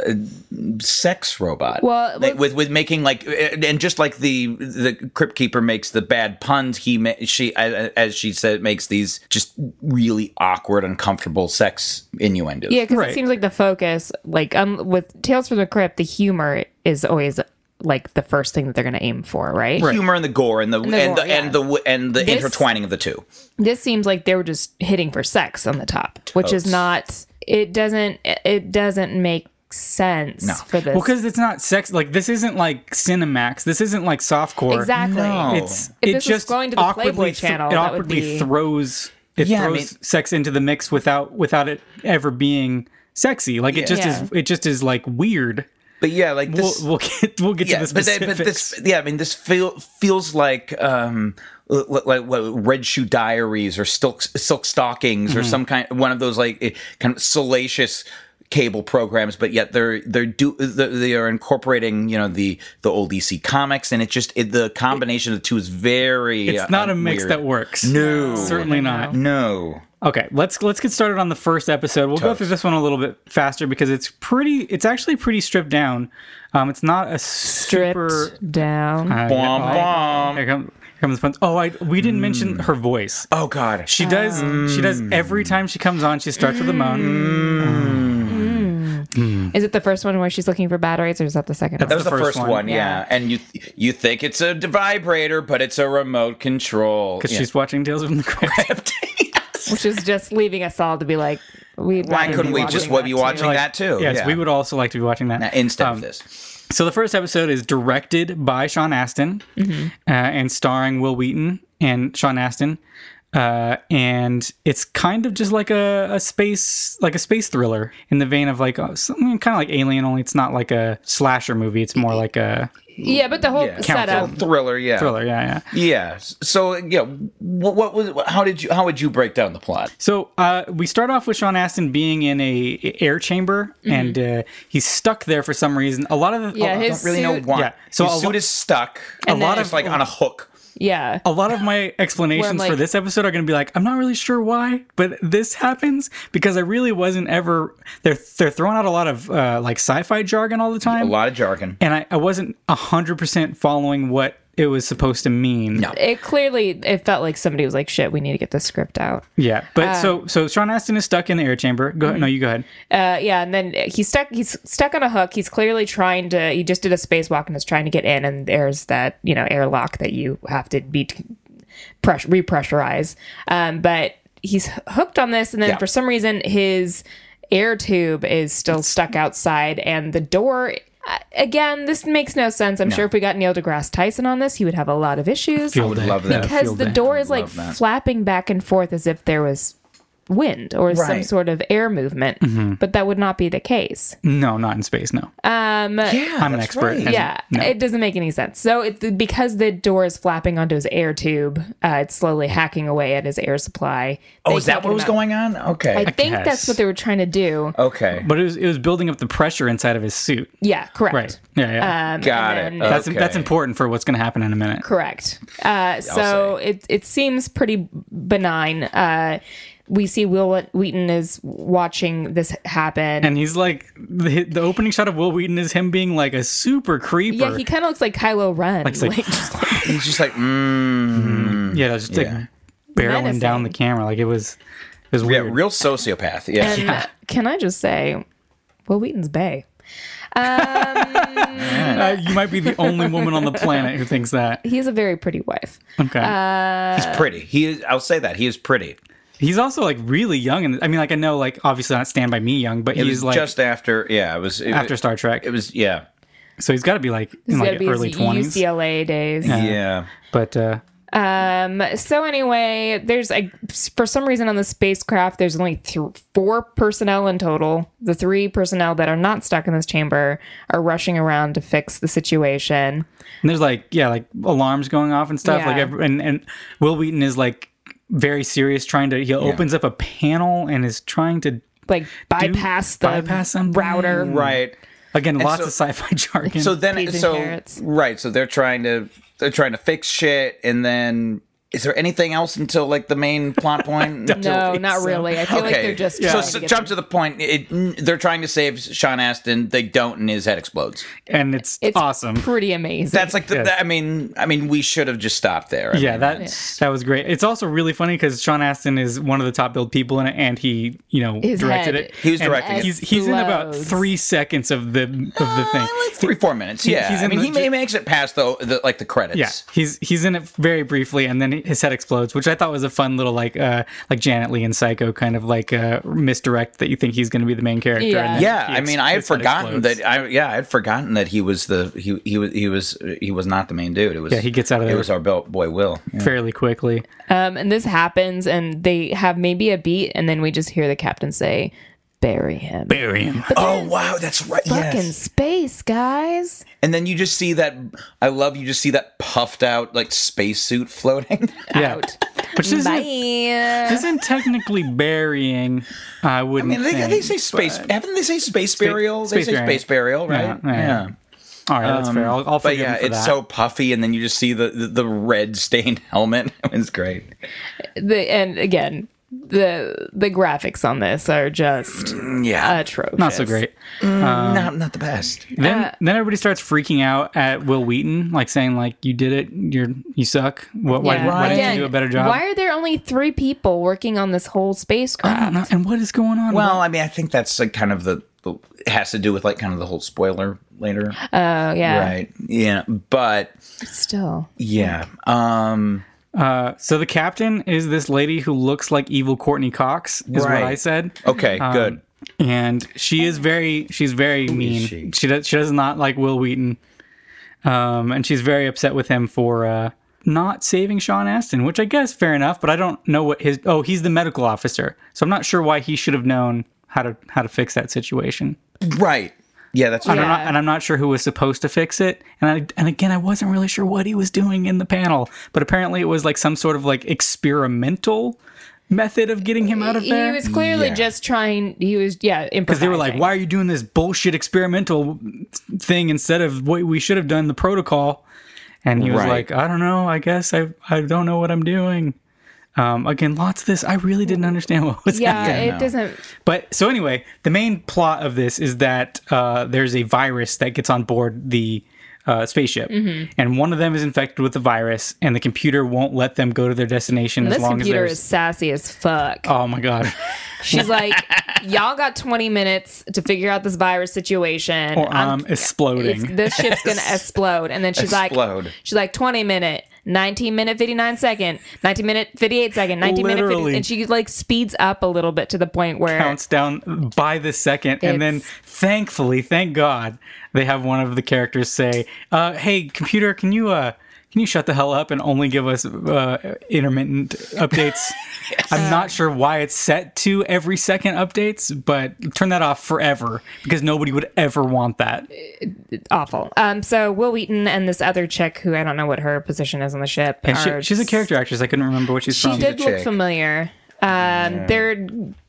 S2: sex robot.
S3: Well,
S2: Like,
S3: let's-
S2: with with making like and just like the the crypt keeper makes the bad puns, he ma- she as as she said makes these just really awkward, uncomfortable sex innuendos.
S3: Yeah, because
S1: Right.
S3: it seems like the focus, like um, with Tales from the Crypt, the humor is always like the first thing that they're going to aim for, right?
S2: Humor and the gore and the and the
S3: the
S2: and,
S3: gore,
S2: the, and
S3: yeah.
S2: the
S3: This-
S2: intertwining of the two.
S3: This seems like they were just hitting for sex on the top, which is not. It doesn't. It doesn't make sense for this.
S1: Well, because it's not sex. Like this isn't like Cinemax. This isn't like softcore.
S3: exactly.
S2: No.
S1: It's
S3: If
S1: it
S3: this was
S1: just
S3: going to the
S1: awkwardly
S3: Playboy
S1: th-
S3: Channel,
S1: it
S3: that would
S1: awkwardly
S3: be-
S1: throws it
S2: Yeah, I
S1: throws
S2: mean-
S1: sex into the mix without without it ever being sexy. Like it just
S3: Yeah.
S1: is. It just is like weird.
S2: But yeah, like this.
S1: we'll, we'll get we'll get to the
S2: but, they-
S1: specifics.
S2: but this, yeah, I mean, this feel, feels like um, l- l- like what, Red Shoe Diaries or Silk, Silk Stockings
S1: Mm-hmm.
S2: or some kind, one of those like eh, kind of salacious cable programs, but yet they're they're do they're- they are incorporating you know the the old DC comics, and it just it, the combination of the two is very.
S1: it's
S2: uh,
S1: not a mix
S2: weird.
S1: that works.
S2: No.
S1: certainly not.
S2: No.
S1: Okay, let's let's get started on the first episode. We'll go through this one a little bit faster because it's pretty. It's actually pretty stripped down. Um, it's not a
S3: stripped
S1: super.
S3: down.
S1: Uh,
S2: Bom,
S1: oh,
S2: bom.
S1: Here come, here comes the puns. Oh, I, we didn't mention her voice.
S2: Oh God.
S1: She
S2: Mm.
S1: does. She does every time she comes on. She starts with a moan.
S3: Is it the first one where she's looking for batteries, or is that the second
S2: That
S3: one?
S2: was the first, one, yeah. And you you think it's a vibrator, but it's a remote control.
S1: because
S2: Yeah. <laughs>
S1: she's watching Tales from the Crypt.
S3: Which is just leaving us all to be like, we.
S2: Why couldn't we just be watching that too?
S1: yes,
S2: Yeah.
S1: we would also like to be watching that
S2: Now, instead
S1: Um,
S2: of this.
S1: So the first episode is directed by Sean Astin uh, and starring Will Wheaton and Sean Astin, uh, and it's kind of just like a, a space like a space thriller in the vein of like uh, something kind of like Alien, only it's not like a slasher movie. It's
S2: Mm-hmm.
S1: more like a
S3: Yeah, but the whole
S2: Yeah.
S3: setup.
S2: Thriller, yeah.
S1: thriller. Yeah, yeah.
S2: Yeah. So, yeah, what, what was how did you how would you break down the plot?
S1: So uh, we start off with Sean Astin being in a air chamber, and uh, he's stuck there for some reason. A lot of the,
S3: Mm-hmm. Yeah,
S1: a-
S3: his
S2: Don't really know
S3: suit-
S2: why.
S1: Yeah. So
S2: So His
S1: a
S2: suit
S1: lo-
S2: is stuck.
S1: a lot
S2: It's
S1: of
S2: like on a hook.
S3: Yeah.
S1: a lot of my
S3: <laughs> Where I'm
S1: explanations
S3: like-
S1: for this episode are going to be like, I'm not really sure why, but this happens because I really wasn't ever. They're they're throwing out a lot of uh, like sci-fi jargon all the
S2: A
S1: time,
S2: lot of jargon.
S1: and I, I wasn't hundred percent following what it was supposed to mean.
S2: No.
S3: It clearly it felt like somebody was like, "Shit, we need to get this script out."
S1: Yeah, but so so Sean Astin is stuck in the air chamber. Go
S2: Mm-hmm.
S1: no, you go ahead.
S3: Uh, yeah, and then he's stuck. He's stuck on a hook. He's clearly trying to. He just did a spacewalk and is trying to get in. And there's that you know airlock that you have to be press repressurize. Um, but he's h- hooked on this, and then
S2: Yeah.
S3: for some reason his air tube is still stuck outside, and the door. uh, Again, this makes no sense. I'm sure if we got Neil deGrasse Tyson on this, he would have a lot of issues
S1: Field day.
S2: love that.
S1: Field
S3: because the
S1: day.
S3: door is like
S2: Love that.
S3: flapping back and forth as if there was wind or some
S2: Right.
S3: sort of air movement but that would not be the case
S1: No, not in space. No,
S3: um yeah,
S1: I'm an expert. and- no.
S3: it doesn't make any sense so it, because the door is flapping onto his air tube uh, it's slowly hacking away at his air supply
S2: Oh,
S3: They
S2: is that
S3: talk
S2: what was Oh.
S3: about-
S2: going on? Okay.
S3: i think that's
S1: guess.
S3: what they were trying to do
S2: okay.
S1: but it was it was building up the pressure inside of his suit.
S3: yeah correct
S1: Right. Yeah, yeah.
S3: um,
S2: Got
S3: and
S2: it.
S3: then-
S1: that's that's
S2: okay.
S1: important for what's going to happen in a minute.
S3: Correct. Uh, so it it seems pretty benign. Uh, we see Will Wheaton is watching this happen.
S1: And he's like the, the opening shot of Will Wheaton is him being like a super creeper.
S3: yeah, he kind of looks like Kylo Ren. <laughs> Like,
S1: he's like-
S3: just like-
S2: He's just like, mm.
S1: Yeah, it was just
S2: Yeah.
S1: like barreling
S3: Menacing.
S1: down the camera. Like it was, it was
S2: yeah,
S1: weird.
S2: real sociopath. Yeah.
S3: and can I just say, Will Wheaton's Bay.
S1: Uh, you might be the only woman on the planet who thinks
S3: <laughs>
S1: that.
S3: He's a very pretty wife.
S1: Okay.
S3: Uh,
S2: He's pretty. He is, I'll say that. He is pretty.
S1: he's also like really young. And I mean, like I know, like obviously not Stand by Me young, but
S2: It
S1: he's
S2: was
S1: like
S2: just after, yeah, it was it,
S1: after Star Trek.
S2: It was, yeah.
S1: so he's got to be like
S3: He's
S1: in
S3: gotta
S1: like
S3: be his
S1: early twenties.
S3: UCLA days.
S1: Uh-huh.
S2: Yeah.
S1: But uh,
S3: Um, so anyway, there's a for some reason on the spacecraft there's only th- four personnel in total. The three personnel that are not stuck in this chamber are rushing around to fix the situation.
S1: and there's like yeah, like alarms going off and stuff. Like
S3: Yeah.
S1: every, and and Will Wheaton is like very serious, trying to he opens up a panel and is trying to
S3: Like bypass the
S1: bypass something?
S3: router.
S1: Mm-hmm.
S2: Right.
S1: again lots
S2: so-
S1: of sci-fi <laughs> jargon.
S2: So then,
S3: Peas and
S2: so
S3: carrots.
S2: right. So they're trying to they're trying to fix shit, and then is there anything else until like the main plot point?
S1: <laughs>
S3: No, not
S1: So-
S3: really. I feel like they're just
S2: so,
S3: trying
S2: so
S3: to get
S2: jump to the point. It, they're trying to save Sean Astin. They don't, and his head explodes.
S1: and it's,
S3: it's
S1: awesome.
S3: Pretty amazing.
S2: That's like the.
S1: Yeah.
S2: that- I mean, I mean, we should have just stopped there. I
S1: Yeah,
S2: mean,
S1: that that was great. It's also really funny because Sean Astin is one of the top billed people in it, and he you know
S3: His
S1: directed
S3: head
S1: it.
S2: He was
S1: And
S2: directing it.
S1: He's he's in about
S3: Explodes.
S1: three seconds of the of the thing.
S2: three four minutes.
S1: He-
S2: Yeah,
S1: he's
S2: I
S1: in
S2: mean,
S1: the
S2: he, may-
S1: ju-
S2: makes it past the, the like the credits.
S1: Yeah, he's he's in it very briefly, and then his head explodes, which I thought was a fun little like uh like Janet Lee in Psycho kind of like uh, misdirect that you think he's going to be the main character.
S3: Yeah.
S1: and then
S2: Yeah,
S1: he
S2: I
S1: ex-
S2: mean, I had
S1: his head
S2: forgotten
S1: explodes.
S2: that. I yeah, I had forgotten that he was the he he was he was he was not the main dude. It was
S1: Yeah, he gets out of
S2: It
S1: there.
S2: was our belt boy Will. Yeah.
S1: fairly quickly.
S3: um, and this happens, and they have maybe a beat, and then we just hear the captain say, "Bury him."
S1: Bury him.
S2: Oh wow, that's right.
S3: Fucking
S2: Yes.
S3: space, guys.
S2: And then you just see that. I love you. Just see that puffed out like spacesuit floating. <laughs>
S1: Yeah,
S3: Out.
S1: which isn't,
S3: Bye.
S1: isn't technically burying. I wouldn't.
S2: I mean, they,
S1: think,
S2: they say space. Haven't they say space burial?
S1: space
S2: they say
S1: burial.
S2: space burial,
S1: Yeah,
S2: right?
S1: yeah, yeah. All right, that's fair. I'll, I'll
S2: um, But
S1: forgive
S2: yeah,
S1: him for
S2: it's
S1: that.
S2: so puffy, and then you just see the the, the red stained <laughs> helmet. it's great.
S3: the and again the the graphics on this are just
S2: Yeah,
S3: atrocious.
S1: not so great.
S2: not not the best.
S1: Then
S3: Uh,
S1: then everybody starts freaking out at Will Wheaton, like saying like you did it, you're you suck. What, why,
S3: Yeah.
S1: why didn't
S3: Again,
S1: you do a better job?
S3: Why are there only three people working on this
S1: I
S3: whole
S1: don't
S3: spacecraft?
S1: Mm-hmm. know. And what is going on?
S2: Well, I mean, I think that's like kind of the, the has to do with like kind of the whole spoiler later,
S1: Uh.
S3: Oh yeah.
S2: right? Yeah, but
S3: Still.
S2: yeah, um,
S1: Uh, so the captain is this lady who looks like evil Courtney Cox, is
S2: Right.
S1: what I said.
S2: okay,
S1: Um,
S2: good.
S1: And she is very, she's very mean.
S2: she?
S1: She? does, she does not like Will Wheaton, um, and she's very upset with him for uh, not saving Sean Astin, which I guess fair enough. But I don't know what his. Oh, he's the medical officer, so I'm not sure why he should have known how to how to fix that situation.
S2: Right. Yeah, that's
S1: And,
S2: right.
S1: I'm not,
S3: Yeah.
S1: and I'm not sure who was supposed to fix it. And I, and again, I wasn't really sure what he was doing in the panel, but apparently it was like some sort of like experimental method of getting him out of
S3: He
S1: there.
S3: was clearly
S2: Yeah.
S3: just trying. He was yeah.
S1: because they were like, "Why are you doing this bullshit experimental thing instead of what we should have done the protocol?" And he was
S2: Right.
S1: like, "I don't know. I guess I I don't know what I'm doing." Um, again, lots of this. I really didn't understand what was
S3: Yeah,
S1: happening.
S3: it doesn't.
S1: But so anyway, the main plot of this is that uh, there's a virus that gets on board the uh, spaceship,
S3: Mm-hmm.
S1: and one of them is infected with the virus, and the computer won't let them go to their destination as
S3: This
S1: long
S3: computer
S1: as
S3: is
S1: there's.
S3: sassy as fuck.
S1: Oh my god!
S3: She's
S1: <laughs>
S3: like, y'all got 20 minutes to figure out this virus situation.
S1: Or
S3: I'm-
S1: I'm exploding.
S3: it's- this ship's
S1: <laughs>
S3: gonna explode. And then she's
S2: Explode.
S3: like, she's like 20 minute, 19 minute, 59 second, 19 minute, 58 second, 19 minute, 50,
S1: Literally.
S3: and she like speeds up a little bit to the point where
S1: counts down by the second, and then
S3: It's-
S1: thankfully, thank God, they have one of the characters say, uh, "Hey, computer, can you uh, can you shut the hell up and only give us uh, intermittent
S3: <laughs>
S1: updates?" I'm not sure why it's set to every second updates, but turn that off forever because nobody would ever want that.
S3: awful. Um, so Will Wheaton and this other chick who I don't know what her position is on the ship.
S1: And
S3: are-
S1: she, she's a character actress. I couldn't remember what she's
S3: She
S1: from.
S3: did
S2: the
S3: look
S2: chick.
S3: familiar. Um, They're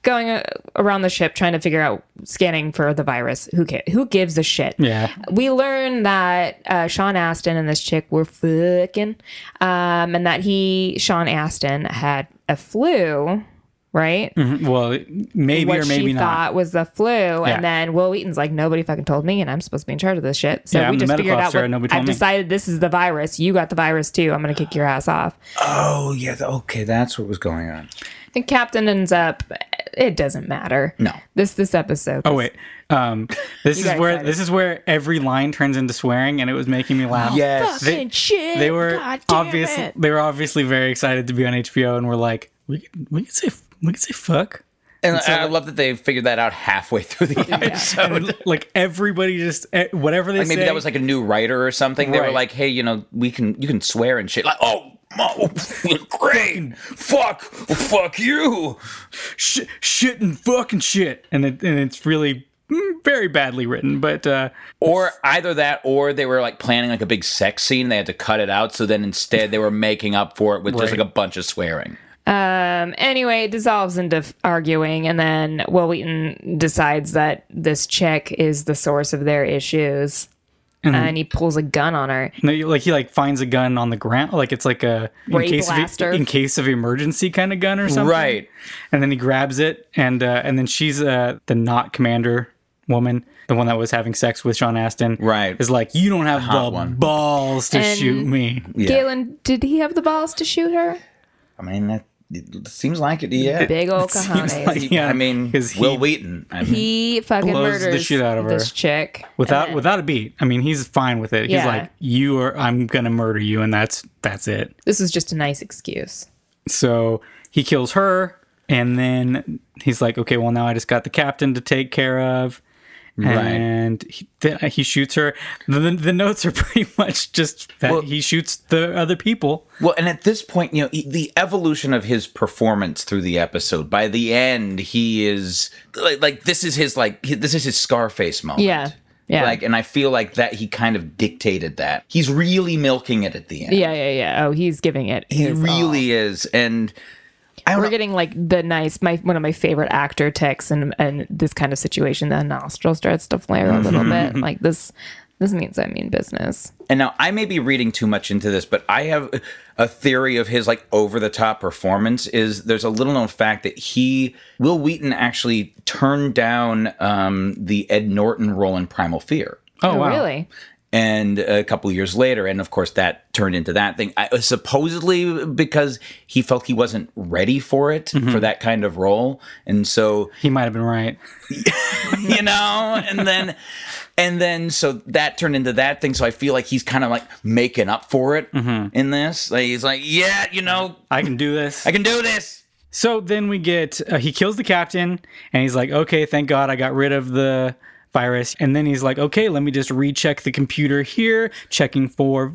S3: going uh, around the ship trying to figure out scanning for the virus. Who ca- who gives a shit?
S1: Yeah.
S3: we learn that uh, Sean Astin and this chick were fucking, um, and that he Sean Astin had a flu, right?
S1: Well, Mm-hmm. maybe
S3: What
S1: or maybe
S3: she
S1: not.
S3: thought was the flu,
S1: Yeah.
S3: and then Will Wheaton's like, nobody fucking told me, and I'm supposed to be in charge of this shit. So
S1: Yeah, I'm
S3: we
S1: the
S3: just
S1: medical
S3: figured out.
S1: officer
S3: What,
S1: and nobody told
S3: I've
S1: me.
S3: decided this is the virus. You got the virus too. I'm gonna kick your ass off.
S2: Oh, yeah. th- Okay, that's what was going on.
S3: The captain ends up. It doesn't matter.
S2: No.
S3: This this episode.
S1: Oh wait, um, this is
S3: got
S1: where
S3: excited.
S1: this is where every line turns into swearing, and it was making me laugh.
S2: Yes.
S1: they,
S3: shit.
S1: they were
S3: God damn
S1: obviously
S3: it.
S1: they were obviously very excited to be on HBO and were like, we could, we could say we could say
S2: <laughs>
S1: fuck.
S2: And I, I love that they figured that out halfway <laughs> through the episode.
S1: And, like everybody just eh, whatever they
S2: Like,
S1: say.
S2: maybe that was like a new writer or something. They were
S1: Right.
S2: like, "Hey, you know, we can you can swear and shit." Like, "Oh, <laughs> oh great, fuck, fuck you."
S1: sh- shit and fucking shit, and it, and it's really mm, very badly written. But uh,
S2: Or either that, or they were like planning like a big sex scene. They had to cut it out, so then instead they were making up for it with just
S1: Right.
S2: like a bunch of swearing.
S3: Um, anyway, it dissolves into f- arguing, and then Will Wheaton decides that this chick is the source of their issues,
S1: Mm-hmm.
S3: and he pulls a gun on her.
S1: no, you- like he like finds a gun on the ground, like it's like a in
S3: Ray
S1: case
S3: blaster.
S1: of e, in case of emergency kind of gun or something.
S2: Right.
S1: and then he grabs it and uh, and then she's uh, the not commander woman the one that was having sex with sean astin
S2: Right.
S1: is like you don't have the
S2: one.
S1: balls to
S3: And-
S1: shoot me
S3: Galen, did he have the balls to shoot her?
S2: I mean, that it seems like it. Yeah.
S3: Big old cojones.
S1: like- Yeah,
S2: I mean,
S1: 'cause he-
S2: Will Wheaton. I mean,
S3: he fucking
S1: Blows
S3: murders
S1: the shit out of her.
S3: this chick.
S1: without
S3: And
S1: without a beat i mean he's fine with it
S3: Yeah.
S1: he's like you are i'm gonna murder you and that's that's it
S3: this is just a nice excuse.
S1: so he kills her and then he's like okay well now i just got the captain to take care of and he, th- he shoots her the, the, the notes are <laughs> pretty much just that
S2: Well-
S1: he shoots the other people
S2: Well, and at this point, you know, he- the evolution of his performance through the episode. By the end, he is like, like this is his like he- this is his Scarface moment.
S3: Yeah. Yeah.
S2: Like, and I feel like that he kind of dictated that. He's really milking it at the end.
S3: Yeah, yeah, yeah. Oh, he's giving it.
S2: He
S3: his all.
S2: really is, and I don't
S3: We're
S2: know.
S3: getting like the nice, my one of my favorite actor ticks, and and this kind of situation, the nostril starts to flare a little bit.
S2: Mm-hmm.
S3: Like this, this means I mean business.
S2: And now I may be reading too much into this, but I have a theory of his like over the top performance. Is there's a little known fact that he Will Wheaton actually turned down um, the Ed Norton role in Primal Fear.
S1: oh, wow
S3: really?
S2: and a couple years later and of course that turned into that thing I, supposedly because he felt he wasn't ready for it for that kind of role and so
S1: He might have been right.
S2: <laughs> you you know? And then and then so that turned into that thing. So I feel like he's kind of like making up for it
S1: Mm-hmm.
S2: in this. Like he's like, yeah, you know,
S1: I can do this.
S2: I can do this.
S1: So then we get uh, he kills the captain and he's like, "Okay, thank God I got rid of the virus." And then he's like, "Okay, let me just recheck the computer here, checking for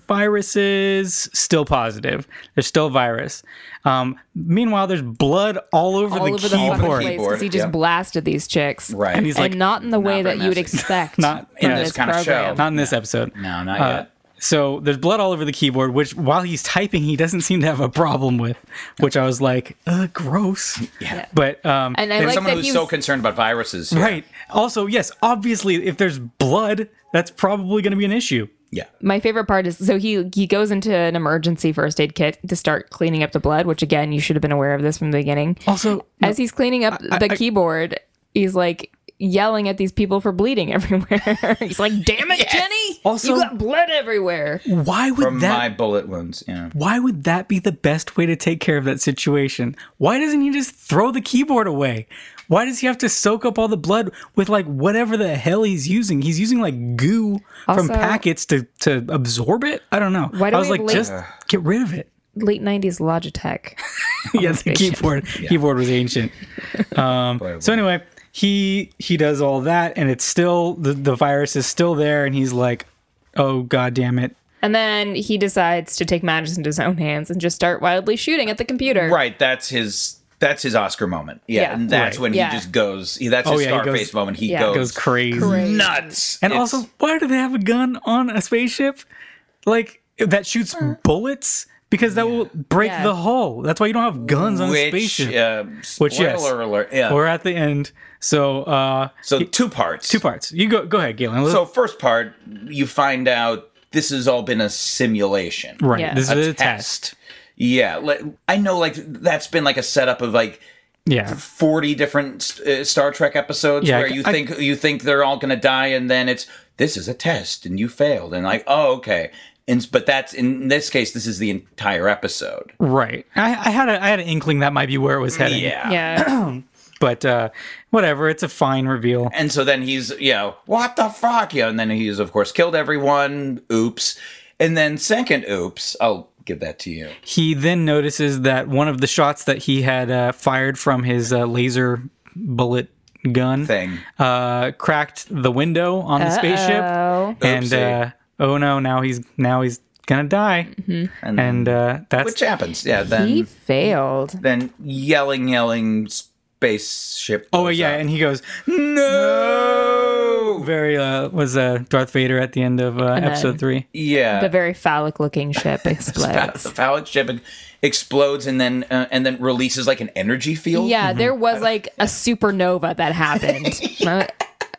S1: viruses. Still positive. There's still virus." Um, meanwhile, there's blood all over
S3: all
S1: the
S3: over the
S1: keyboard.
S3: fucking
S2: keyboard.
S3: place because he just
S2: Yeah.
S3: blasted these chicks,
S2: Right. And
S1: he's
S3: and
S1: like,
S3: not in the
S2: very
S3: way that you would
S2: messy.
S3: expect,
S1: Not
S3: from
S2: in this kind of show.
S3: program.
S1: Not in this episode.
S2: No, not
S1: Uh,
S2: yet.
S1: So there's blood all over the keyboard, which while he's typing, he doesn't seem to have a problem with, which I was like, uh, gross.
S2: Yeah.
S1: But um,
S3: And I
S2: There's
S3: like
S2: someone
S3: that
S2: who's
S3: he
S2: so
S3: was,
S2: concerned about viruses. yeah.
S1: Right. Also, yes, obviously, if there's blood, that's probably going to be an issue.
S2: Yeah.
S3: my favorite part is so he he goes into an emergency first aid kit to start cleaning up the blood, which again you should have been aware of this from the beginning.
S1: Also,
S3: As he's cleaning up the keyboard, he's like yelling at these people for bleeding <laughs> everywhere. he's like, "Damn it, Jenny!
S1: Also-
S3: you got blood everywhere."
S1: why would
S2: From
S1: that? Mm-hmm.
S2: my bullet wounds. Yeah.
S1: why would that be the best way to take care of that situation? Why doesn't he just throw the keyboard away? Why does he have to soak up all the blood with like whatever the hell he's using? He's using like goo from
S3: Also-
S1: packets to to absorb it. I don't know.
S3: Why do
S1: I was
S3: we
S1: like,
S3: link-
S1: just get rid of it. <laughs>
S3: Late '90s Logitech.
S1: yeah, the keyboard keyboard was ancient.
S2: Boy,
S1: So anyway, he he does all that, and it's still the the virus is still there, and he's like, "Oh god damn it!"
S3: And then he decides to take matters into his own hands and just start wildly shooting at the computer.
S2: Right. That's his. That's his Oscar moment. Yeah.
S3: Yeah.
S2: And that's
S1: Right.
S2: when
S3: Yeah.
S2: he just goes. he- That's
S1: Oh,
S2: his
S1: yeah, he
S2: Scarface
S1: goes-
S2: moment. He
S3: Yeah.
S2: goes,
S1: Goes crazy,
S3: Correct.
S2: nuts.
S1: and
S2: It's-
S1: also, why do they have a gun on a spaceship? Like that shoots bullets because that will break
S3: Yeah.
S1: the hull. That's why you don't have guns on a
S2: which
S1: spaceship.
S2: uh,
S1: Which,
S2: spoiler
S1: yes.
S2: alert. Yeah.
S1: We're at the end, so uh,
S2: so two parts.
S1: two parts. You go go ahead, Galen.
S2: So first part, you find out this has all been a simulation.
S1: right,
S3: Yeah.
S1: this
S2: A
S1: is a test.
S2: test. Yeah, like, I know. Like that's been like a setup of like
S1: Yeah,
S2: forty different uh, Star Trek episodes
S1: Yeah, I
S2: where
S1: c-
S2: you
S1: I-
S2: think you think they're all gonna die, and then it's this is a test, and you failed, and like oh okay, and but that's in this case this is the entire episode.
S1: right. I, I had a I had an inkling that might be where it was heading.
S2: Yeah.
S3: Yeah.
S2: <clears throat>
S1: but uh, whatever. It's a fine reveal.
S2: And so then he's, you know, what the fuck? You know, and then he's, of course, killed everyone. Oops. And then, second, oops, I'll give that to you.
S1: He then notices that one of the shots that he had uh, fired from his uh, laser bullet gun
S2: Thing.
S1: uh, cracked the window on the spaceship, and
S2: Oopsie.
S1: uh, oh no, now he's now he's gonna die,
S2: Mm-hmm. And,
S1: and uh, that's
S2: which happens. Yeah. Then,
S3: he failed.
S2: then yelling, yelling, spaceship.
S1: oh
S2: blows
S1: yeah,
S2: up.
S1: and he goes no, very uh, was uh, Darth Vader at the end of uh, episode three.
S2: yeah.
S3: The very phallic
S2: <laughs>
S3: looking ship
S2: Pha-
S3: explodes.
S2: the phallic ship e- explodes and then uh, and then releases like an energy field.
S3: Yeah, there was like a supernova
S2: <laughs>
S3: that happened. I-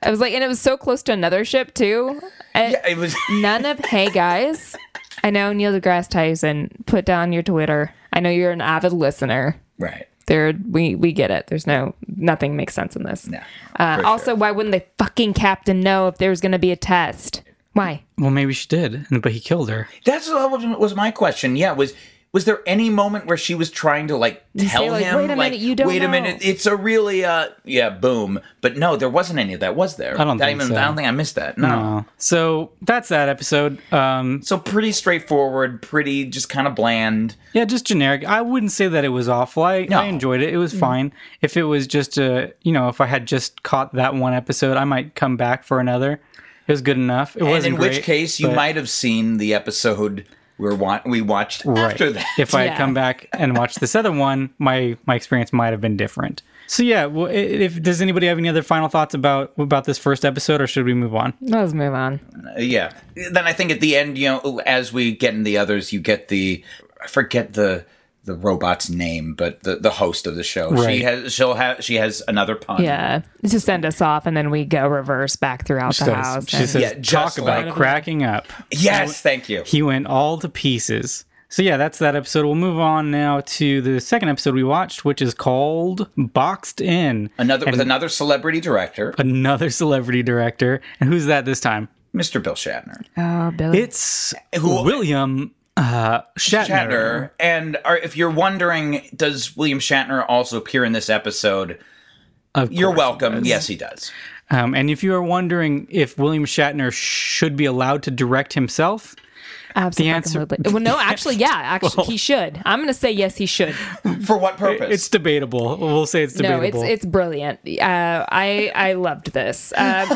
S3: I was like, and it was so close to another ship too. And
S2: It was. <laughs>
S3: None of hey guys. I know Neil deGrasse Tyson. Put down your Twitter. I know you're an avid listener.
S2: right.
S3: There, we we get it. There's no nothing makes sense in this.
S2: Yeah.
S3: Uh, also, why wouldn't the fucking captain know if there was going to be a test? Why?
S1: Well, maybe she did, but he killed her.
S2: That's what was- was my question. Yeah, was was there any moment where she was trying to like
S3: say,
S2: tell
S3: like,
S2: him,
S3: "Wait a
S2: like,
S3: minute, you don't
S2: wait a
S3: know."
S2: minute, it's a really uh, yeah, boom. But no, there wasn't any of that, was there? I
S1: don't think so.
S2: I don't think I missed that. No.
S1: Uh, so that's that episode. Um,
S2: So pretty straightforward, pretty just kind of bland.
S1: Yeah, just generic. I wouldn't say that it was awful. I,
S2: No. Mm.
S1: I enjoyed it. It was fine. If it was just a, you know, if I had just caught that one episode, I might come back for another. It was good enough. It
S2: And
S1: wasn't
S2: in which
S1: great,
S2: case, you
S1: but-
S2: might have seen the episode we wa- we watched
S1: right.
S2: after that.
S1: If I
S3: Yeah.
S1: had come back and watched this other one, my my experience might have been different. So yeah, well, i- if does anybody have any other final thoughts about about this first episode, or should we move on?
S3: Let's move on.
S2: Uh, yeah. Then I think at the end, you know, as we get in the others, you get the I forget the the robot's name, but the the host of the show.
S1: Right.
S2: She has she'll have she has another pun.
S3: Yeah, to send us off, and then we go reverse back throughout the
S1: Does-
S3: house.
S1: she
S3: and-
S1: says,
S2: Yeah,
S1: "Talk
S2: just
S1: about
S2: like-
S1: cracking up."
S2: Yes, thank you.
S1: He went all to pieces. So yeah, that's that episode. We'll move on now to the second episode we watched, which is called Boxed In.
S2: Another with
S1: And
S2: another celebrity director,
S1: another celebrity director. And who's that this time?
S2: Mr. Bill Shatner.
S3: "Oh, Billy,
S1: It's
S2: Who-
S1: William uh, Shatner.
S2: Shatner, and are, if you're wondering, does William Shatner also appear in this episode?
S1: Of
S2: You're
S1: course.
S2: welcome. Yes, he does.
S1: Um, and if you are wondering if William Shatner should be allowed to direct himself,
S3: Absolutely.
S1: answer-
S3: Well, no, actually, yeah, actually, he should. I'm going to say yes, he should.
S2: For what purpose?
S1: it's debatable. We'll say it's
S3: No,
S1: debatable.
S3: it's it's brilliant. Uh, I I loved this.
S1: <laughs>
S3: Uh,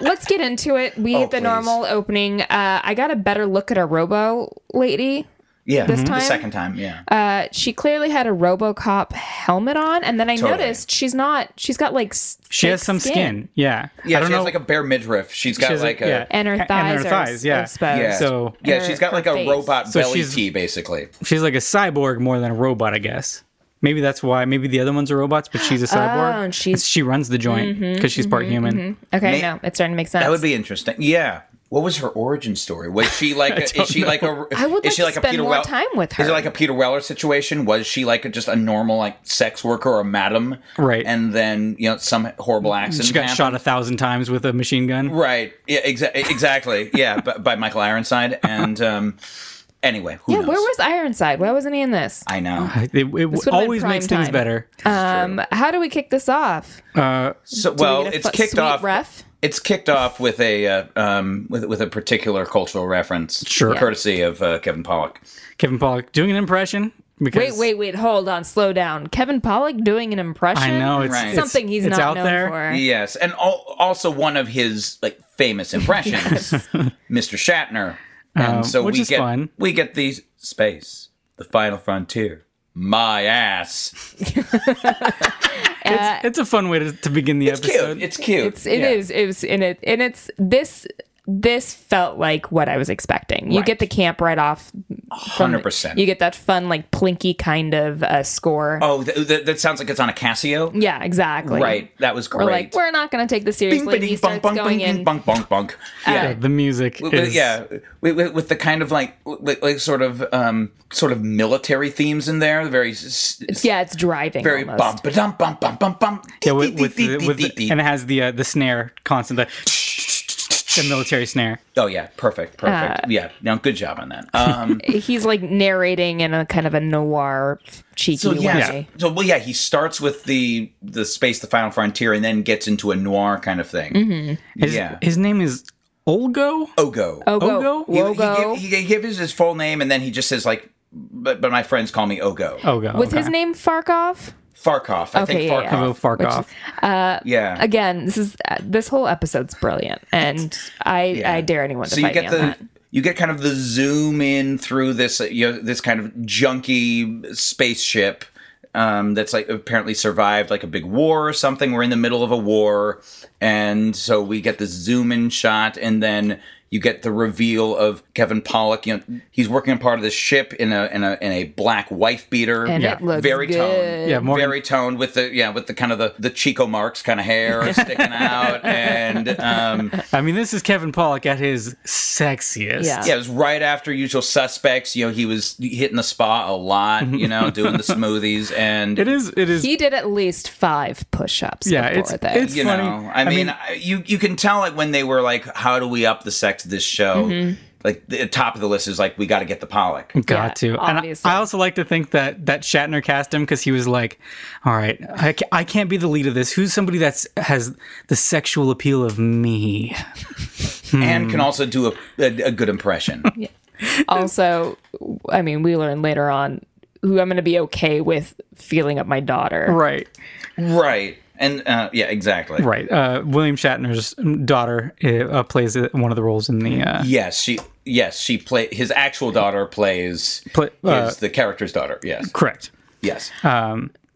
S3: let's get into it. We
S1: Oh,
S3: hit the
S2: please.
S3: normal opening. Uh, I got a better look at a robo lady.
S2: yeah,
S1: Mm-hmm.
S3: this
S2: the
S3: time?
S2: second time. Yeah,
S3: Uh, she clearly had a RoboCop helmet on, and then I
S2: Totally.
S3: noticed she's not. She's got like s-
S1: she has
S3: fake
S1: some skin. Yeah.
S2: yeah.
S1: I don't
S2: she
S1: know.
S2: has like a bare midriff. She's got
S1: she has a-
S2: like a
S1: yeah.
S3: and her
S1: And her
S3: thighs, are
S1: thighs,
S3: s-
S1: yeah. Uh,
S3: exposed.
S2: yeah.
S1: So-
S2: yeah,
S3: Her-
S2: she's got
S3: her
S2: like a
S3: face.
S2: robot
S1: So
S2: belly
S1: she's-
S2: tee, basically.
S1: She's like a cyborg more than a robot, I guess. Maybe that's why. Maybe the other ones are robots, but she's a cyborg.
S3: Oh, and Mm-hmm, she's-
S1: she runs the joint because she's part human.
S3: Okay,
S2: May-
S3: no, it's starting to make sense.
S2: That would be interesting. Yeah. What was her origin story? Was she
S1: <laughs>
S2: like a, is she like a
S3: I would
S2: is
S3: like
S2: she
S3: to
S2: like a
S3: spend
S2: Peter
S3: more
S2: Wel-
S3: time with
S2: Is
S3: her.
S2: it like a Peter Weller situation? Was she like a, just a normal like sex worker or a madam?
S1: Right.
S2: And then you know some horrible accident.
S1: She got
S2: happened?
S1: shot a thousand times with a machine gun.
S2: Right. Yeah. Exa- exactly. yeah. But by Michael Ironside. And um, anyway, who
S3: yeah,
S2: knows?
S3: where was Oh, Ironside? Why wasn't he in this?
S2: I know.
S1: It, it
S3: been
S1: always
S3: prime
S1: makes things
S3: time.
S1: better.
S3: Um, how do we kick this off?
S2: So well,
S3: get a
S2: it's
S3: fu-
S2: kicked
S3: sweet
S2: off.
S3: ref?
S2: It's kicked off with a uh, um, with with a particular cultural reference,
S1: Sure. Yeah.
S2: courtesy of uh, Kevin Pollock.
S1: Kevin Pollock doing an impression. Because
S3: Wait, wait, wait. Hold on. Slow down. Kevin Pollak doing an impression.
S1: I know it's
S2: Right.
S1: it's-
S3: something he's
S1: it's
S3: not
S1: out
S3: known
S1: there.
S3: for.
S2: Yes, and al- also one of his like famous
S1: <laughs>
S2: impressions, Mr. Shatner. And so
S1: Um, which
S2: we
S1: is
S2: get
S1: fun.
S2: we get the space, the final frontier. My ass.
S1: It's a fun way to, to begin the
S2: It's
S1: episode.
S2: cute. It's cute.
S3: It's it
S2: Yeah.
S3: is it was in it and it's this this felt like what I was expecting. You
S2: Right.
S3: get the camp right off. from-
S2: 100%.
S3: You get that fun like plinky kind of uh, score.
S2: Oh, th- th- that sounds like it's on a Casio.
S3: Yeah, exactly.
S2: Right. That was great.
S3: We're Mm-hmm. like we're not going to take this seriously.
S2: Bing,
S3: he
S2: bing,
S3: starts
S2: bong, bong,
S3: going
S2: bing,
S3: in.
S2: bing, bong, bong, bong.
S1: yeah, the music
S2: With-
S1: is
S2: yeah, with, with, with the kind of like, like like sort of um sort of military themes in there, very s- s-
S3: yeah, it's driving.
S2: very bump
S3: almost.
S2: bump bump bump bump bump.
S1: yeah, with, with, the, with the- and it has the uh, the snare constant the, the military snare.
S2: Oh yeah, perfect,
S1: Uh,
S2: perfect. yeah, no, good job on that.
S1: <laughs>
S2: Um,
S3: He's like narrating in a kind of a noir cheeky
S2: so yeah, so-
S3: way.
S2: so well, yeah, he starts with the the space, the final frontier, and then gets into a noir kind of thing.
S1: Mm-hmm. His,
S2: Yeah,
S1: his name is Olgo.
S2: Ogo.
S3: Ogo,
S1: Ogo?
S2: He, he,
S3: Wogo.
S2: give- he, gives his, his full name, and then he just says like, but but my friends call me Ogo.
S1: Ogo.
S3: Was
S1: okay.
S3: his name Farkov?
S2: Farkoff. I
S3: Okay,
S2: think
S3: yeah,
S2: Farkoff.
S3: yeah.
S1: Ogo Farkov.
S2: Yeah.
S3: Again, this is uh, this whole episode's brilliant, and I I dare anyone to
S2: so you
S3: fight
S2: get
S3: me
S2: the
S3: on that.
S2: you get kind of the zoom in through this uh, you know, this kind of junky spaceship um, that's like apparently survived like a big war or something. We're in the middle of a war, and so we get this zoom in shot, and then you get the reveal of Kevin Pollock. You know, he's working on part of the ship in a in a in a black wife beater,
S3: And
S1: Yeah.
S3: it looks
S2: very
S3: good.
S2: toned,
S1: Yeah, Morgan-
S2: very toned with the yeah with the kind of the the Chico marks kind of hair sticking out, and um,
S1: I mean, this is Kevin Pollock at his sexiest.
S3: Yeah.
S2: Yeah, it was right after Usual Suspects. You know, he was hitting the spa a lot.
S1: <laughs>
S2: You know, doing the smoothies, and
S1: It is. It is.
S3: He did at least five push-ups
S1: Yeah,
S3: before
S1: it's-
S3: this.
S1: it's-
S2: you
S1: funny.
S2: know, I, mean, I- you you can tell like when they were like, "How do we up the sex of this show?"
S1: Mm-hmm.
S2: Like the top of the list is like, "We got to get the Pollock."
S1: Got
S3: Yeah,
S1: to. And I-
S3: obviously.
S1: I also like to think that that Shatner cast him because he was like, "All right, I, ca- I can't be the lead of this. Who's somebody that's has the sexual appeal of me?"
S2: and can also do a a, a
S1: <laughs>
S2: good impression.
S3: also, I mean, we learn later on who I'm going to be okay with feeling up my daughter.
S1: Right.
S2: right. And uh, yeah, exactly.
S1: Right. Uh, William Shatner's daughter uh, plays one of the roles in the. Uh,
S2: Yes, she. Yes, she play. His actual daughter plays.
S1: Play- uh,
S2: is the character's daughter. Yes.
S1: Correct.
S2: Yes.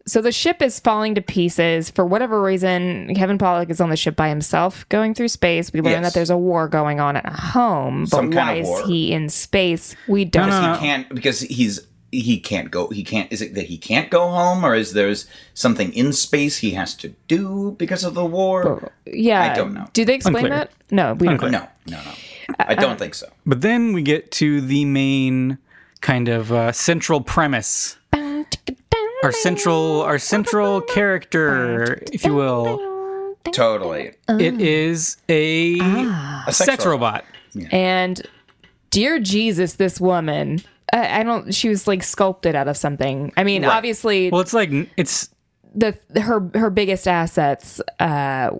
S3: So the ship is falling to pieces for whatever reason. Kevin Pollock is on the ship by himself, going through space. We
S2: Yes.
S3: learn that there's a war going on at home, but
S2: Some
S3: why
S2: kind of
S3: is
S2: war.
S3: he in space? We don't.
S1: no,
S2: he
S1: no.
S2: can't because he's he can't go he can't is it that he can't go home or is there's something in space he has to do because of the war
S3: Yeah,
S2: I don't know.
S3: Do they explain
S1: Unclear.
S3: that? No, we don't.
S2: no no no i don't think so
S1: But then we get to the main kind of uh, central premise, our central our central character, if you will.
S2: totally
S3: uh, Mm.
S1: It is a
S3: Ah.
S2: a
S1: sex robot.
S3: And dear Jesus, this woman. I I don't. She was like sculpted out of something. I mean, obviously,
S1: Well, it's like it's
S3: the her her biggest assets uh,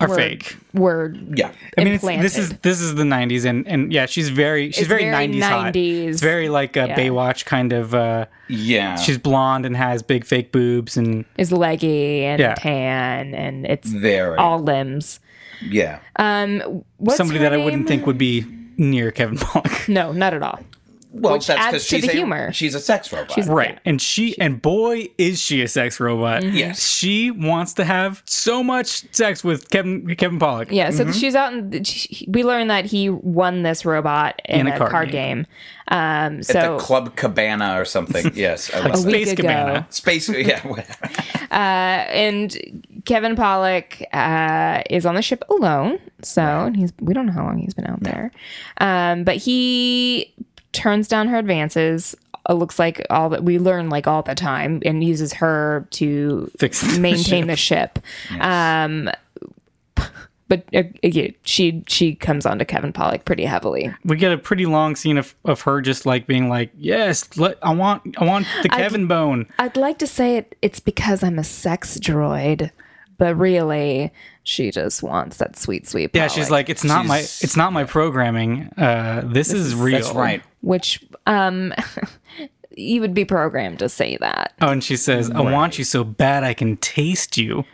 S1: are
S3: were,
S1: fake.
S3: Were
S2: Yeah.
S1: I mean, it's, this is
S3: implanted.
S1: this is the '90s, and and yeah, she's very she's
S3: It's
S1: very,
S3: very
S1: 90s, hot.
S3: 90s.
S1: It's very like a
S3: Yeah.
S1: Baywatch kind of. Uh,
S2: Yeah.
S1: she's blonde and has big fake boobs, and
S3: is leggy and
S1: Yeah.
S3: tan and it's
S2: Very.
S3: all limbs.
S2: yeah.
S3: Um, what's
S1: somebody
S3: her
S1: that I wouldn't
S3: name?
S1: think would be near Kevin Pollock. <laughs>
S3: No, not at all.
S2: Well,
S3: which
S2: that's
S3: adds
S2: 'cause
S3: to the
S2: she's a-
S3: humor.
S2: She's a sex robot.
S3: She's-
S1: Right.
S3: Yeah. Mm-hmm.
S1: And she and boy is she a sex robot.
S2: Yes.
S1: She wants to have so much sex with Kevin Kevin Pollock.
S3: Yeah, so she's out in. She, we learned that he won this robot in, a, card, game. Um, so
S2: At the Club Cabana or
S3: <laughs>
S2: something. yes. I love
S1: Like
S2: that.
S1: Space
S3: ago.
S1: Cabana.
S3: <laughs>
S2: Space. Yeah. whatever.
S3: and Kevin Pollock uh, is on the ship alone, so and he's we don't know how long he's been out there, um, but he turns down her advances. It looks like all that we learn like all the time, and uses her to
S1: Fix the
S3: maintain
S1: ship.
S3: the ship. Um, but uh, yeah, she she comes onto Kevin Pollock pretty heavily.
S1: We get a pretty long scene of, of her just like being like, "Yes, let, I want I want the Kevin bone."
S3: I'd like to say it, it's because I'm a sex droid, but really, she just wants that sweet, sweet.
S1: Yeah, she's like, "It's not my
S2: she's-
S1: it's not my programming. Uh, this, is, real."
S2: That's right.
S3: which um, <laughs> you would be programmed to say that.
S1: Oh, and she says, "I want you so bad I can taste you."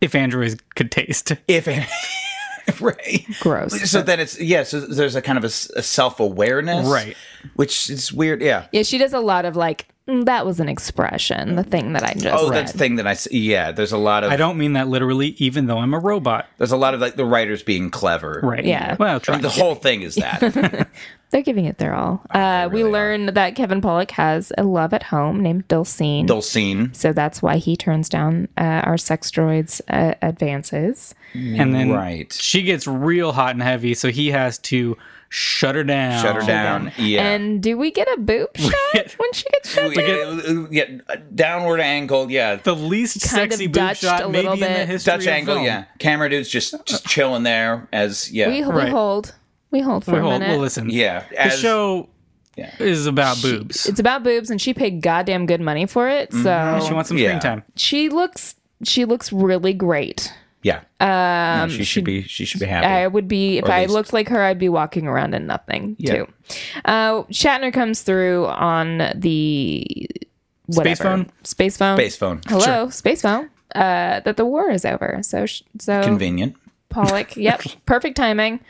S1: If androids could taste,
S2: If <laughs> right.
S3: Gross.
S2: So then it's yeah. So there's a kind of a, self awareness,
S1: Right.
S2: Which is weird. Yeah.
S3: Yeah, she does a lot of like "Mm, that was an expression, the thing that I just.
S2: Oh,
S3: said."
S2: that's the thing that I s- yeah. There's a lot of
S1: I don't mean that literally. Even though I'm a robot,
S2: there's a lot of like the writers being clever,
S1: right?
S3: Yeah.
S1: Well,
S2: I
S1: try.
S2: mean, the whole thing
S1: <laughs>
S2: is that.
S3: They're giving it their all. uh, we learn that Kevin Pollock has a love at home named Dulcine.
S2: Dulcine.
S3: so that's why he turns down uh, our sex droids uh, advances.
S1: and then
S2: Right.
S1: she gets real hot and heavy, so he has to shut her down.
S2: Shut her down. Yeah.
S3: And do we get a boob shot
S1: get-
S3: when she gets shot?
S2: yeah, uh, yeah, downward angle. Yeah.
S1: The least
S3: Kind of
S1: sexy boob
S3: dutched a
S1: shot maybe
S3: little
S1: in the
S3: bit.
S1: history
S2: Dutch
S1: of
S2: angle.
S1: film. Uh,
S2: Yeah. Camera dude's just just chilling there as yeah.
S3: We, we
S1: Right.
S3: hold. We hold for
S1: Wait,
S3: a
S1: hold,
S3: minute.
S1: well, listen.
S2: yeah.
S1: the
S2: As,
S1: show
S2: Yeah.
S1: is about boobs.
S3: It's about boobs, and she paid goddamn good money for it. So
S1: she wants some
S2: Yeah.
S1: screen time.
S3: she looks she looks really great.
S2: Yeah. Um, she should be. She should be happy.
S3: I would be if
S2: at
S3: I
S2: least-
S3: looked like her, I'd be walking around in nothing too. Uh, Shatner comes through on the whatever.
S1: phone?
S3: Space phone.
S2: Space phone.
S3: Hello, space phone. Uh, that the war is over. So sh-
S2: <laughs>
S3: so
S2: Convenient.
S3: Pollock. Yep, perfect timing.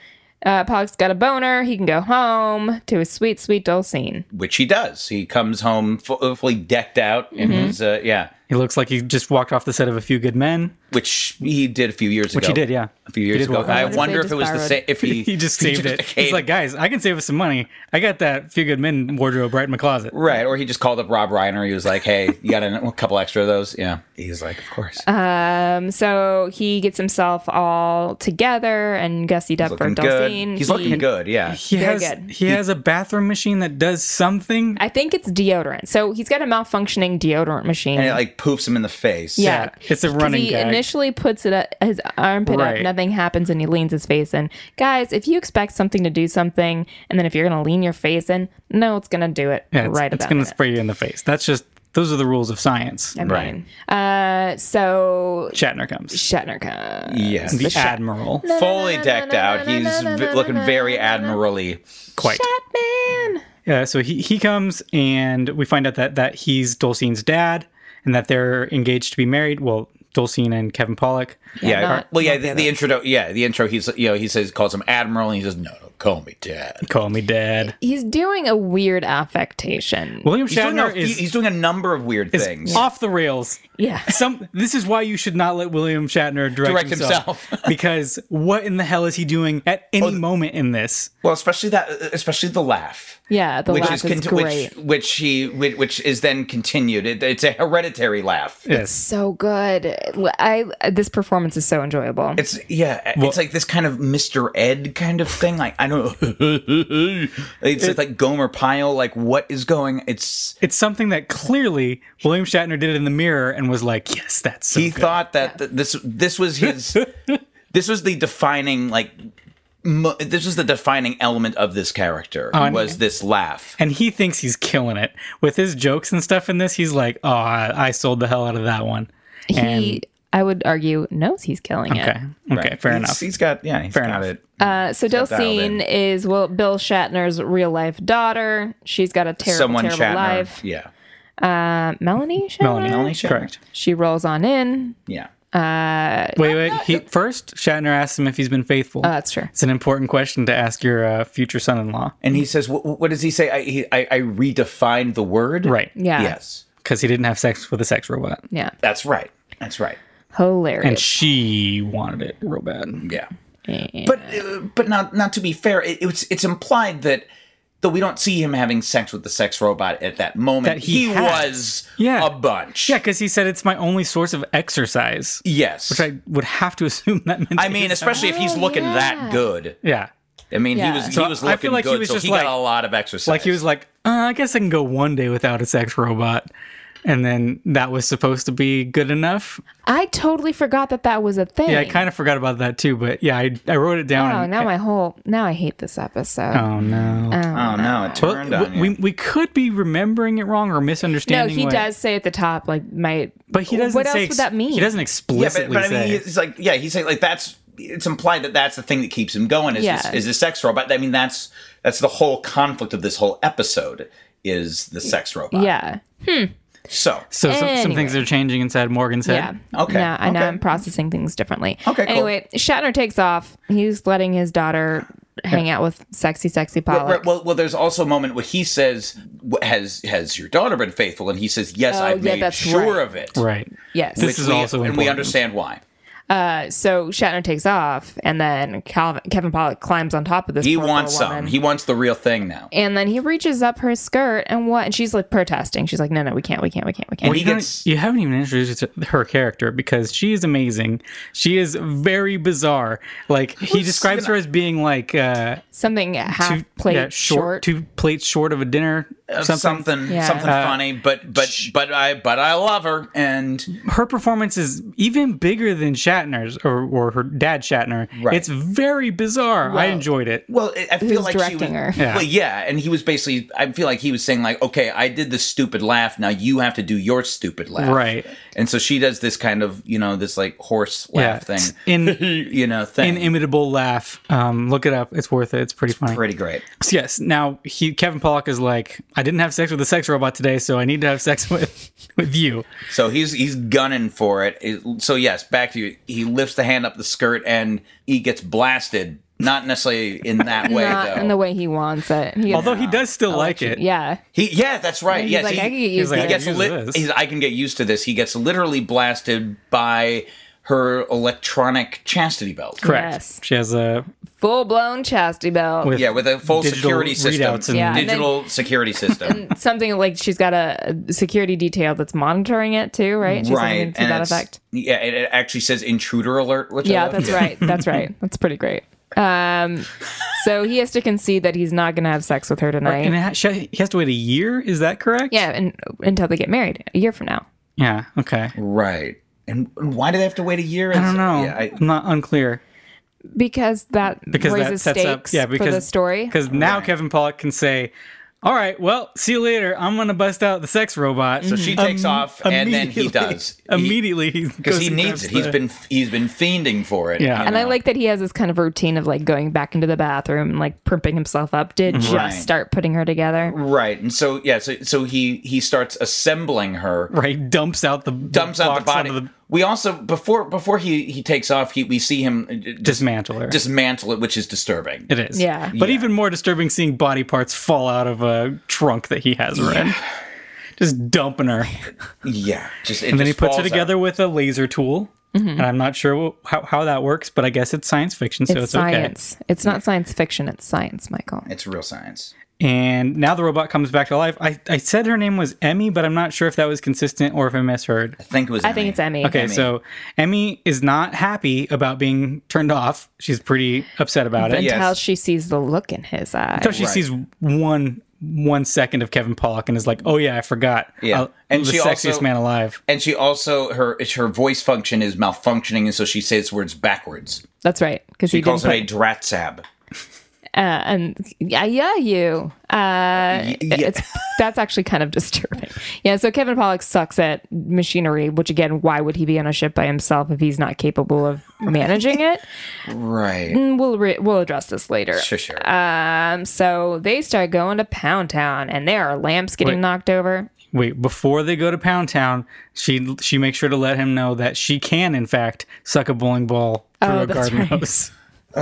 S3: Uh, Pollock's got a boner. He can go home to his sweet, sweet Dulcine.
S2: which he does. He comes home fu- fully decked out in
S1: Mm-hmm.
S2: his uh, yeah,
S1: He looks like he just walked off the set of A Few Good Men.
S2: which he did a few years
S1: Which
S2: ago.
S1: he did, yeah.
S2: a few years
S1: did
S2: ago.
S1: walk
S2: I
S3: off.
S2: wonder
S3: What if
S2: if
S3: they
S2: it was
S3: just
S2: the same.
S1: <laughs>
S2: If <laughs> he
S1: He just saved it. He's
S2: came-
S1: like, guys, I can save us some money. I got that Few Good Men wardrobe right in my closet.
S2: Right, or he just called up Rob Reiner. He was like, "Hey, you got a, a couple extra of those?" Yeah, he's like, "Of course."
S3: Um, so he gets himself all together and gussied up for
S2: looking good.
S3: Dulcine.
S2: He's looking
S3: He-
S2: good. Yeah,
S1: He
S3: Very
S1: has
S3: good.
S1: he has a bathroom machine that does something.
S3: I think it's deodorant. So he's got a malfunctioning deodorant machine.
S2: and it like poofs him in the face.
S3: yeah.
S1: It's a
S3: 'Cause
S1: running
S3: He
S1: gag.
S3: initially puts it up, his armpit up,
S1: Right.
S3: nothing happens, and he leans his face in. Guys, if you expect something to do something, and then if you're gonna lean your face in, no, it's gonna do it
S1: Yeah, it's,
S3: right
S1: it's
S3: about
S1: gonna
S3: it.
S1: spray you in the face. That's just those are the rules of science.
S3: I mean, Uh, so
S1: Shatner comes.
S3: Shatner comes.
S2: yeah,
S1: The
S3: Shat-
S1: admiral.
S2: fully decked out. He's v- looking very admirally.
S1: Quite.
S3: Batman.
S1: Yeah, so he, he comes and we find out that, that he's Dulcine's dad and that they're engaged to be married. Well, Dulcine and Kevin Pollock.
S2: Yeah,
S3: not-
S2: well, yeah.
S3: not
S2: The,
S3: the
S2: the intro, yeah, the intro. He's you know he says calls him admiral, and he says, "No, no, call me dad."
S1: Call me dad.
S3: He's doing a weird affectation.
S1: William
S2: He's doing,
S1: Shatner
S2: a,
S1: is,
S2: he's doing a number of weird
S1: is
S2: things.
S1: off the rails.
S3: yeah.
S1: Some this is why you should not let William Shatner direct,
S2: Direct
S1: himself. Oh,
S2: himself.
S1: <laughs> because what in the hell is he doing at any moment in this?
S2: Well, especially that, especially the laugh.
S3: Yeah, the laugh is
S2: conti-
S3: great.
S2: Which, which he, which, which is then continued. It, it's a hereditary laugh.
S1: Yes.
S3: so good. I this performance is so enjoyable.
S2: It's yeah. it's like this kind of Mr. Ed kind of thing. Like I don't. <laughs> it's like Gomer Pyle. Like what is going? It's
S1: It's something that clearly William Shatner did in the mirror and was like, "Yes, that's so
S2: he
S1: good."
S2: thought that th- this this was
S1: <laughs>
S2: his. this was the defining like. Mo- this was the defining element of this
S1: Oh,
S2: character. was this laugh?
S1: and he thinks he's killing it with his jokes and stuff in this. He's like, "Oh, I, I sold the hell out of that one."
S3: he I would argue knows he's killing it.
S1: Okay. Okay.
S2: Right.
S1: Fair
S2: He's-
S1: enough.
S2: He's got yeah. he's
S1: Fair
S2: got
S1: enough.
S2: it.
S3: Uh, so Delphine
S2: in.
S3: is well Bill Shatner's real life daughter. She's got a terrible,
S2: Someone
S3: terrible
S2: Shatner.
S3: life.
S2: Yeah.
S3: Uh, Melanie Shatner.
S1: Melanie.
S2: Melanie Shatner.
S1: Correct.
S3: She rolls on in.
S2: Yeah.
S1: Wait, wait. He, first, Shatner asks him if he's been faithful.
S3: Oh, that's true.
S1: It's an important question to ask your uh, future son-in-law
S2: And he says, "What, what does he say? I, he, I I redefined the word.
S1: Right.
S3: Yeah.
S2: Yes.
S1: because he didn't have sex with a sex robot,
S3: Yeah.
S2: That's right. That's right.
S3: Hilarious.
S1: and she wanted it real bad.
S2: Yeah. But uh, but not not to be fair, it, it's it's implied that though we don't see him having sex with the sex robot at that moment,
S1: That he had.
S2: was
S1: Yeah.
S2: a bunch.
S1: Yeah, because he said it's my only source of exercise,
S2: Yes.
S1: which I would have to <laughs> assume that meant.
S2: I mean, especially if he's looking that good.
S1: <laughs> yeah,
S2: I mean,
S3: Yeah.
S2: he was
S1: So
S2: he was
S1: I feel
S2: looking
S1: like he
S2: good,
S1: was
S2: so
S1: just
S2: he
S1: like-
S2: got a lot of exercise.
S1: like he was like, uh, I guess I can go one day without a sex robot, and then that was supposed to be good enough.
S3: I totally forgot that that was a thing.
S1: Yeah, I kind of forgot about that too, but yeah, I, I wrote it down.
S3: Oh,
S1: and-
S3: now my whole now I Uh-huh. hate this episode.
S1: oh no.
S2: oh no, it
S1: Well,
S2: turned on
S1: w-
S2: you.
S1: we, we could be remembering it wrong or
S3: no,
S1: misunderstanding.
S3: he
S1: what-
S3: does say at the top, like my.
S1: But he doesn't
S3: What
S1: say
S3: else
S1: ex-
S3: would that mean?
S1: He doesn't
S2: yeah, but,
S1: explicitly
S2: but I mean,
S1: say.
S2: it's like yeah, he's saying like that's it's implied that that's the thing that keeps him going is
S3: Yeah.
S2: this, is the sex robot. I mean, that's that's the whole conflict of this whole episode is the sex robot.
S3: Yeah.
S2: So
S1: so some, some things
S3: Anyway.
S1: are changing inside Morgan's
S3: Yeah.
S1: head.
S2: Okay,
S3: Yeah, I know
S2: okay.
S3: I'm processing things differently.
S2: Okay, cool.
S3: Anyway, Shatner takes off. He's letting his daughter hang out with sexy, sexy Pollock.
S2: Right, well, well, there's also a moment where he says, "W- "Has has your daughter been faithful?" And he says, "Yes,
S3: Oh,
S2: I've
S3: yeah,
S2: made
S3: that's
S2: sure
S3: right.
S2: of it."
S1: Right.
S3: yes.
S1: This is
S2: we,
S1: also
S2: and we
S1: important.
S2: understand why
S3: so Shatner takes off, and then Calvin, Kevin Pollock climbs on top of this.
S2: he
S3: poor
S2: wants
S3: little
S2: some.
S3: woman.
S2: He wants the real thing now,
S3: and then he reaches up her skirt, and what? And she's like protesting. She's like, "No, no, we can't, we can't, we can't, we can't."
S2: and he
S1: You, don't-
S2: gets
S1: you haven't even introduced her- her character because she is amazing. She is very bizarre. Like he describes her as being like uh,
S3: Something half
S1: two
S3: plate
S1: yeah,
S3: short.
S1: two plates short of a dinner. something.
S2: uh,
S1: Uh,
S2: something something,
S3: Yeah.
S2: funny, but but but I but I love her, and
S1: Her performance is even bigger than Shatner's or, or her dad Shatner.
S2: Right.
S1: It's very bizarre. I enjoyed it.
S2: well, I- I feel
S3: was
S2: like
S3: directing
S2: she
S3: her?
S2: was,
S1: Yeah.
S2: Well, yeah, and he was basically. I feel like he was saying like, "Okay, I did the stupid laugh. Now you have to do your stupid laugh."
S1: Right.
S2: And so she does this kind of you know this like horse
S1: Yeah.
S2: laugh thing. <laughs>
S1: In
S2: you know, thing.
S1: inimitable laugh. Um, look it up. It's worth it. It's pretty funny.
S2: Pretty great.
S1: Yes. Now he Kevin Pollock is like, I didn't have sex with a sex robot today, so I need to have sex <laughs> with with you.
S2: So he's he's gunning for it. It- So yes, back to you. He lifts the hand up the skirt and he gets blasted. Not necessarily in
S3: <laughs>
S2: that way
S3: not
S2: though.
S3: in the way he wants it. He gets-
S1: Although he does still like it.
S3: yeah,
S2: he yeah, that's right.
S3: he's
S2: yes,
S3: like,
S2: he,
S3: I can get
S2: he
S3: used
S1: like,
S3: to
S1: I
S3: this.
S2: gets
S1: Use
S2: lit.
S1: this.
S2: He's, I can get used to this. He gets literally blasted by her electronic chastity belt.
S1: Correct.
S3: Yes.
S1: She has a
S3: Full blown chastity belt.
S1: With-
S2: Yeah, with a full
S1: Digital
S2: security
S1: readouts and-
S2: system.
S1: Yeah,
S3: and then- <laughs>
S2: digital security system.
S3: something like she's got a a security detail that's monitoring it too, right? She's
S2: right.
S3: Something to that
S2: it's-
S3: effect.
S2: Yeah, it, it actually says intruder alert, which I
S3: Yeah,
S2: love.
S3: that's right. That's right. That's pretty great. Um, so he has to concede that he's not going to have sex with her tonight.
S1: and it ha- she, he has to wait a year. Is that correct?
S3: yeah, and until they get married a year from now.
S1: Yeah. Okay.
S2: <laughs> Right. And and why do they have to wait a year?
S1: I don't know.
S2: Yeah, I,
S1: I, am not unclear
S3: Because that
S1: because that
S3: raises
S1: sets up.
S3: stakes
S1: Yeah. Because
S3: for the story.
S1: Because now Kevin Pollock can say. All right, well, see you later. I'm gonna bust out the sex robot.
S2: So she takes off, and then
S1: <laughs>
S2: he does
S1: Um, immediately.
S2: because he, needs it. He's been he's been fiending for it.
S1: Yeah.
S2: you
S3: and I
S2: know.
S3: like that he has this kind of routine of like going back into the bathroom and like primping himself up to
S1: Mm-hmm.
S3: just
S2: Right.
S3: start putting her together.
S2: right. And so yeah, so so he he starts assembling her,
S1: right. Dumps out the
S2: dumps out the
S1: box
S2: body.
S1: onto
S2: we also before before he he takes off, he we see him uh, d-
S1: dismantle her.
S2: dismantle it, which is disturbing.
S1: It is.
S3: Yeah.
S1: But
S2: Yeah.
S1: even more disturbing seeing body parts fall out of a trunk that he has her in. Just dumping her.
S2: Yeah, just
S1: And then he puts her together with a laser tool.
S3: Mm-hmm.
S1: And I'm not sure wh- how, how that works, but I guess it's science fiction, so
S3: it's,
S1: it's,
S3: science. It's not science fiction. It's science, Michael.
S2: It's real science.
S1: okay. And now the robot comes back to life. I, I said her name was Emmy, but I'm not sure if that was consistent or if I misheard.
S2: I think it was.
S3: I think it's Emmy.
S1: Okay, so Emmy is not happy about being turned off. She's pretty upset about it.
S2: Yeah.
S3: Until
S2: yes.
S3: she sees the look in his eye.
S1: Until she
S2: Right.
S1: sees one one second of Kevin Pollock and is like, "Oh yeah, I forgot."
S2: Yeah.
S1: and
S2: And
S1: the
S2: she
S1: sexiest
S2: also-
S1: man alive.
S2: And she also her it's her voice function is malfunctioning, and so she says words backwards.
S3: That's right. Because
S2: She
S3: he didn't
S2: calls it
S3: put
S2: a dratsab.
S3: Uh, and yeah, yeah, you. Uh, It's that's actually kind of <laughs> disturbing. Yeah. So Kevin Pollak sucks at machinery, which again, why would he be on a ship by himself if he's not capable of managing
S2: <laughs>
S3: it?
S2: Right.
S3: And we'll re- we'll address this later.
S2: Sure, sure.
S3: Um. So they start going to Pound Town, and there are lamps getting
S1: Wait.
S3: knocked over.
S1: Wait, before they go to Pound Town, she she makes sure to let him know that she can, in fact, suck a bowling ball through
S3: Oh,
S1: a
S3: that's
S1: garden
S3: right.
S1: hose.
S2: <laughs>
S1: <laughs>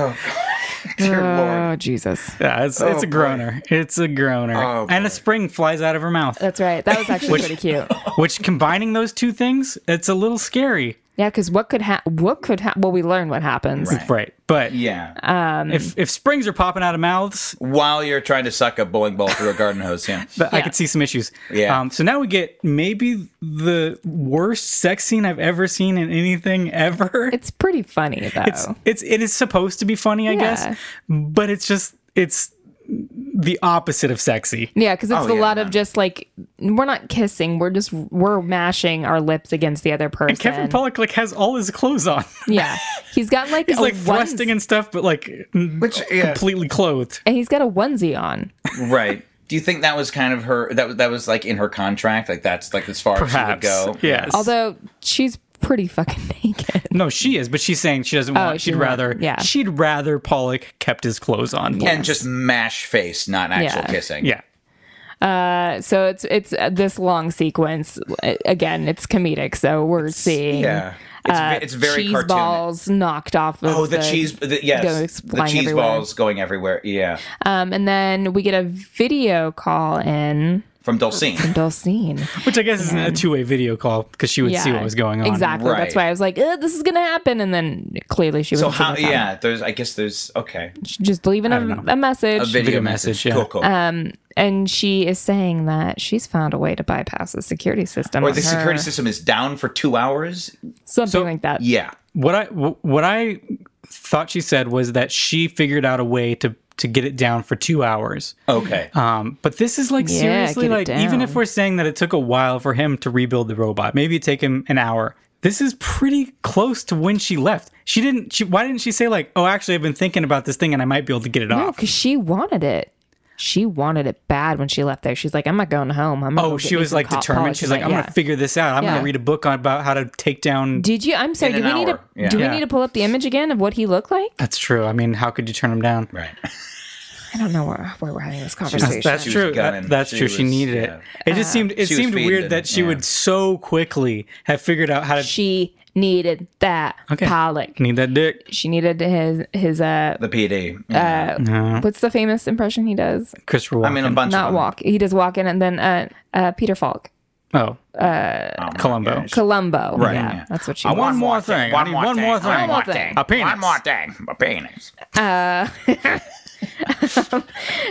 S2: Dear Lord.
S3: Oh Jesus.
S1: Yeah, it's, it's a
S2: Oh, boy.
S1: groaner. It's a groaner.
S2: Oh,
S1: and
S2: boy.
S1: a spring flies out of her
S3: <laughs>
S1: mouth.
S3: That's right. That was actually pretty cute.
S1: Which combining those two things, it's a little scary.
S3: Yeah, because what could happen? What could happen? Well, we learn what happens.
S2: Right.
S1: Right. But
S2: Yeah.
S3: uh,
S1: if if springs are popping out of mouths,
S2: While you're trying to suck a bowling ball through a garden
S1: <laughs>
S2: hose, yeah.
S1: th- I
S3: Yeah.
S1: could see some issues.
S2: Yeah.
S1: Um, so now we get maybe the worst sex scene I've ever seen in anything ever.
S3: It's pretty funny
S1: <laughs>
S3: though.
S2: Oh,
S1: It's, it's it is supposed to be funny, I
S3: Yeah.
S1: guess, but it's just it's the opposite of sexy.
S3: yeah, because it's
S2: Oh,
S3: a
S2: yeah,
S3: lot
S2: no.
S3: of just like we're not kissing. We're just we're mashing our lips against the other person.
S1: Kevin Pollak like has all his clothes on. <laughs>
S3: Yeah, he's got like
S1: He's
S3: a
S1: like
S3: ones-
S1: thrusting and stuff, but like n-
S2: Which, yeah.
S1: completely clothed.
S3: and he's got a onesie on.
S2: Right. Do you think that was kind of her? That was that was like in her contract. Like that's like as far
S1: Perhaps.
S2: as she would go.
S1: Yes.
S3: Although she's pretty fucking <laughs> naked.
S1: no, she is, but she's saying she doesn't want.
S3: Oh, she
S1: she'd
S3: would-
S1: rather.
S3: yeah.
S1: She'd rather Pollock kept his clothes on.
S2: And just mash face, not actual
S3: Yeah.
S2: kissing.
S1: Yeah.
S3: Uh, so it's it's uh, this long sequence. Uh, Again, it's comedic, so we're seeing
S2: Yeah. It's, ve-
S3: uh,
S2: it's very
S3: cheese
S2: cartoon.
S3: balls knocked off. Of
S2: Oh, the, cheese. The, yes.
S3: goes
S2: The
S3: flying
S2: cheese
S3: everywhere.
S2: balls going everywhere. Yeah.
S3: Um, and then we get a video call in
S2: From Dulcine.
S1: <laughs>
S3: Dulcine.
S1: Which I guess isn't a two-way video call because she would see what was going on.
S3: Exactly. That's
S2: Right.
S3: why I was like, "Ugh, this is gonna happen. And then clearly she was
S2: So how? Yeah. There's. I guess there's. Okay.
S3: just leaving a, a message.
S2: A video,
S1: video
S2: message.
S1: message, yeah.
S2: Cool. Cool.
S3: Um, and she is saying that she's found a way to bypass the security system.
S2: or
S3: on
S2: the
S3: her.
S2: security system is down for two hours.
S3: Something like that.
S2: Yeah.
S1: What I wh- what I thought she said was that she figured out a way to to get it down for two hours.
S2: Okay.
S1: Um, but this is like
S3: Yeah,
S1: seriously
S3: get it
S1: like even if
S3: down.
S1: we're saying that it took a while for him to rebuild the robot, maybe it take him an hour. This is pretty close to when she left. She didn't. She, why didn't she say like, "Oh, actually, I've been thinking about this thing, and I might be able to get it
S3: No,
S1: off."
S3: because she wanted it. She wanted it bad when she left there. She's like, I'm not going home. I'm gonna
S1: Oh,
S3: go get
S1: she
S3: me
S1: was
S3: some
S1: like
S3: hot
S1: determined.
S3: polish."
S1: She's like, "I'm
S3: yeah.
S1: gonna figure this out. I'm
S3: Yeah.
S1: gonna read a book on about how to take down."
S3: Did you? I'm sorry.
S2: In
S3: Do we
S2: an
S3: need to?
S2: hour. Yeah.
S3: Do we
S1: Yeah.
S3: need to pull up the image again of what he looked like?
S1: That's true. I mean, how could you turn him down?
S2: right.
S3: I don't know where, where we're having this
S1: That's-
S3: conversation.
S1: That's,
S2: She was
S1: true.
S2: gunning.
S1: That- that's
S2: She
S1: true. she
S2: was-
S1: needed it. It just seemed it
S2: She was
S1: seemed
S2: fiending,
S1: weird that she
S2: yeah.
S1: would so quickly have figured out how to
S3: she needed that
S1: Okay.
S3: Pollock.
S1: need that dick.
S3: She needed his his uh
S2: The PD. Yeah.
S3: what's the famous impression he does?
S1: Christopher
S2: I mean, a
S1: Walken.
S2: bunch
S3: Not
S2: of them.
S3: walk. He does walk in and then uh uh Peter Falk.
S1: oh,
S2: Oh, my
S1: Columbo.
S2: gosh.
S3: Columbo.
S2: Right.
S3: Yeah,
S2: yeah.
S3: That's what she
S2: I
S3: wants.
S2: want
S1: One more thing. I need one more thing.
S2: One more
S3: One
S2: thing.
S1: more thing.
S2: One more thing. A penis.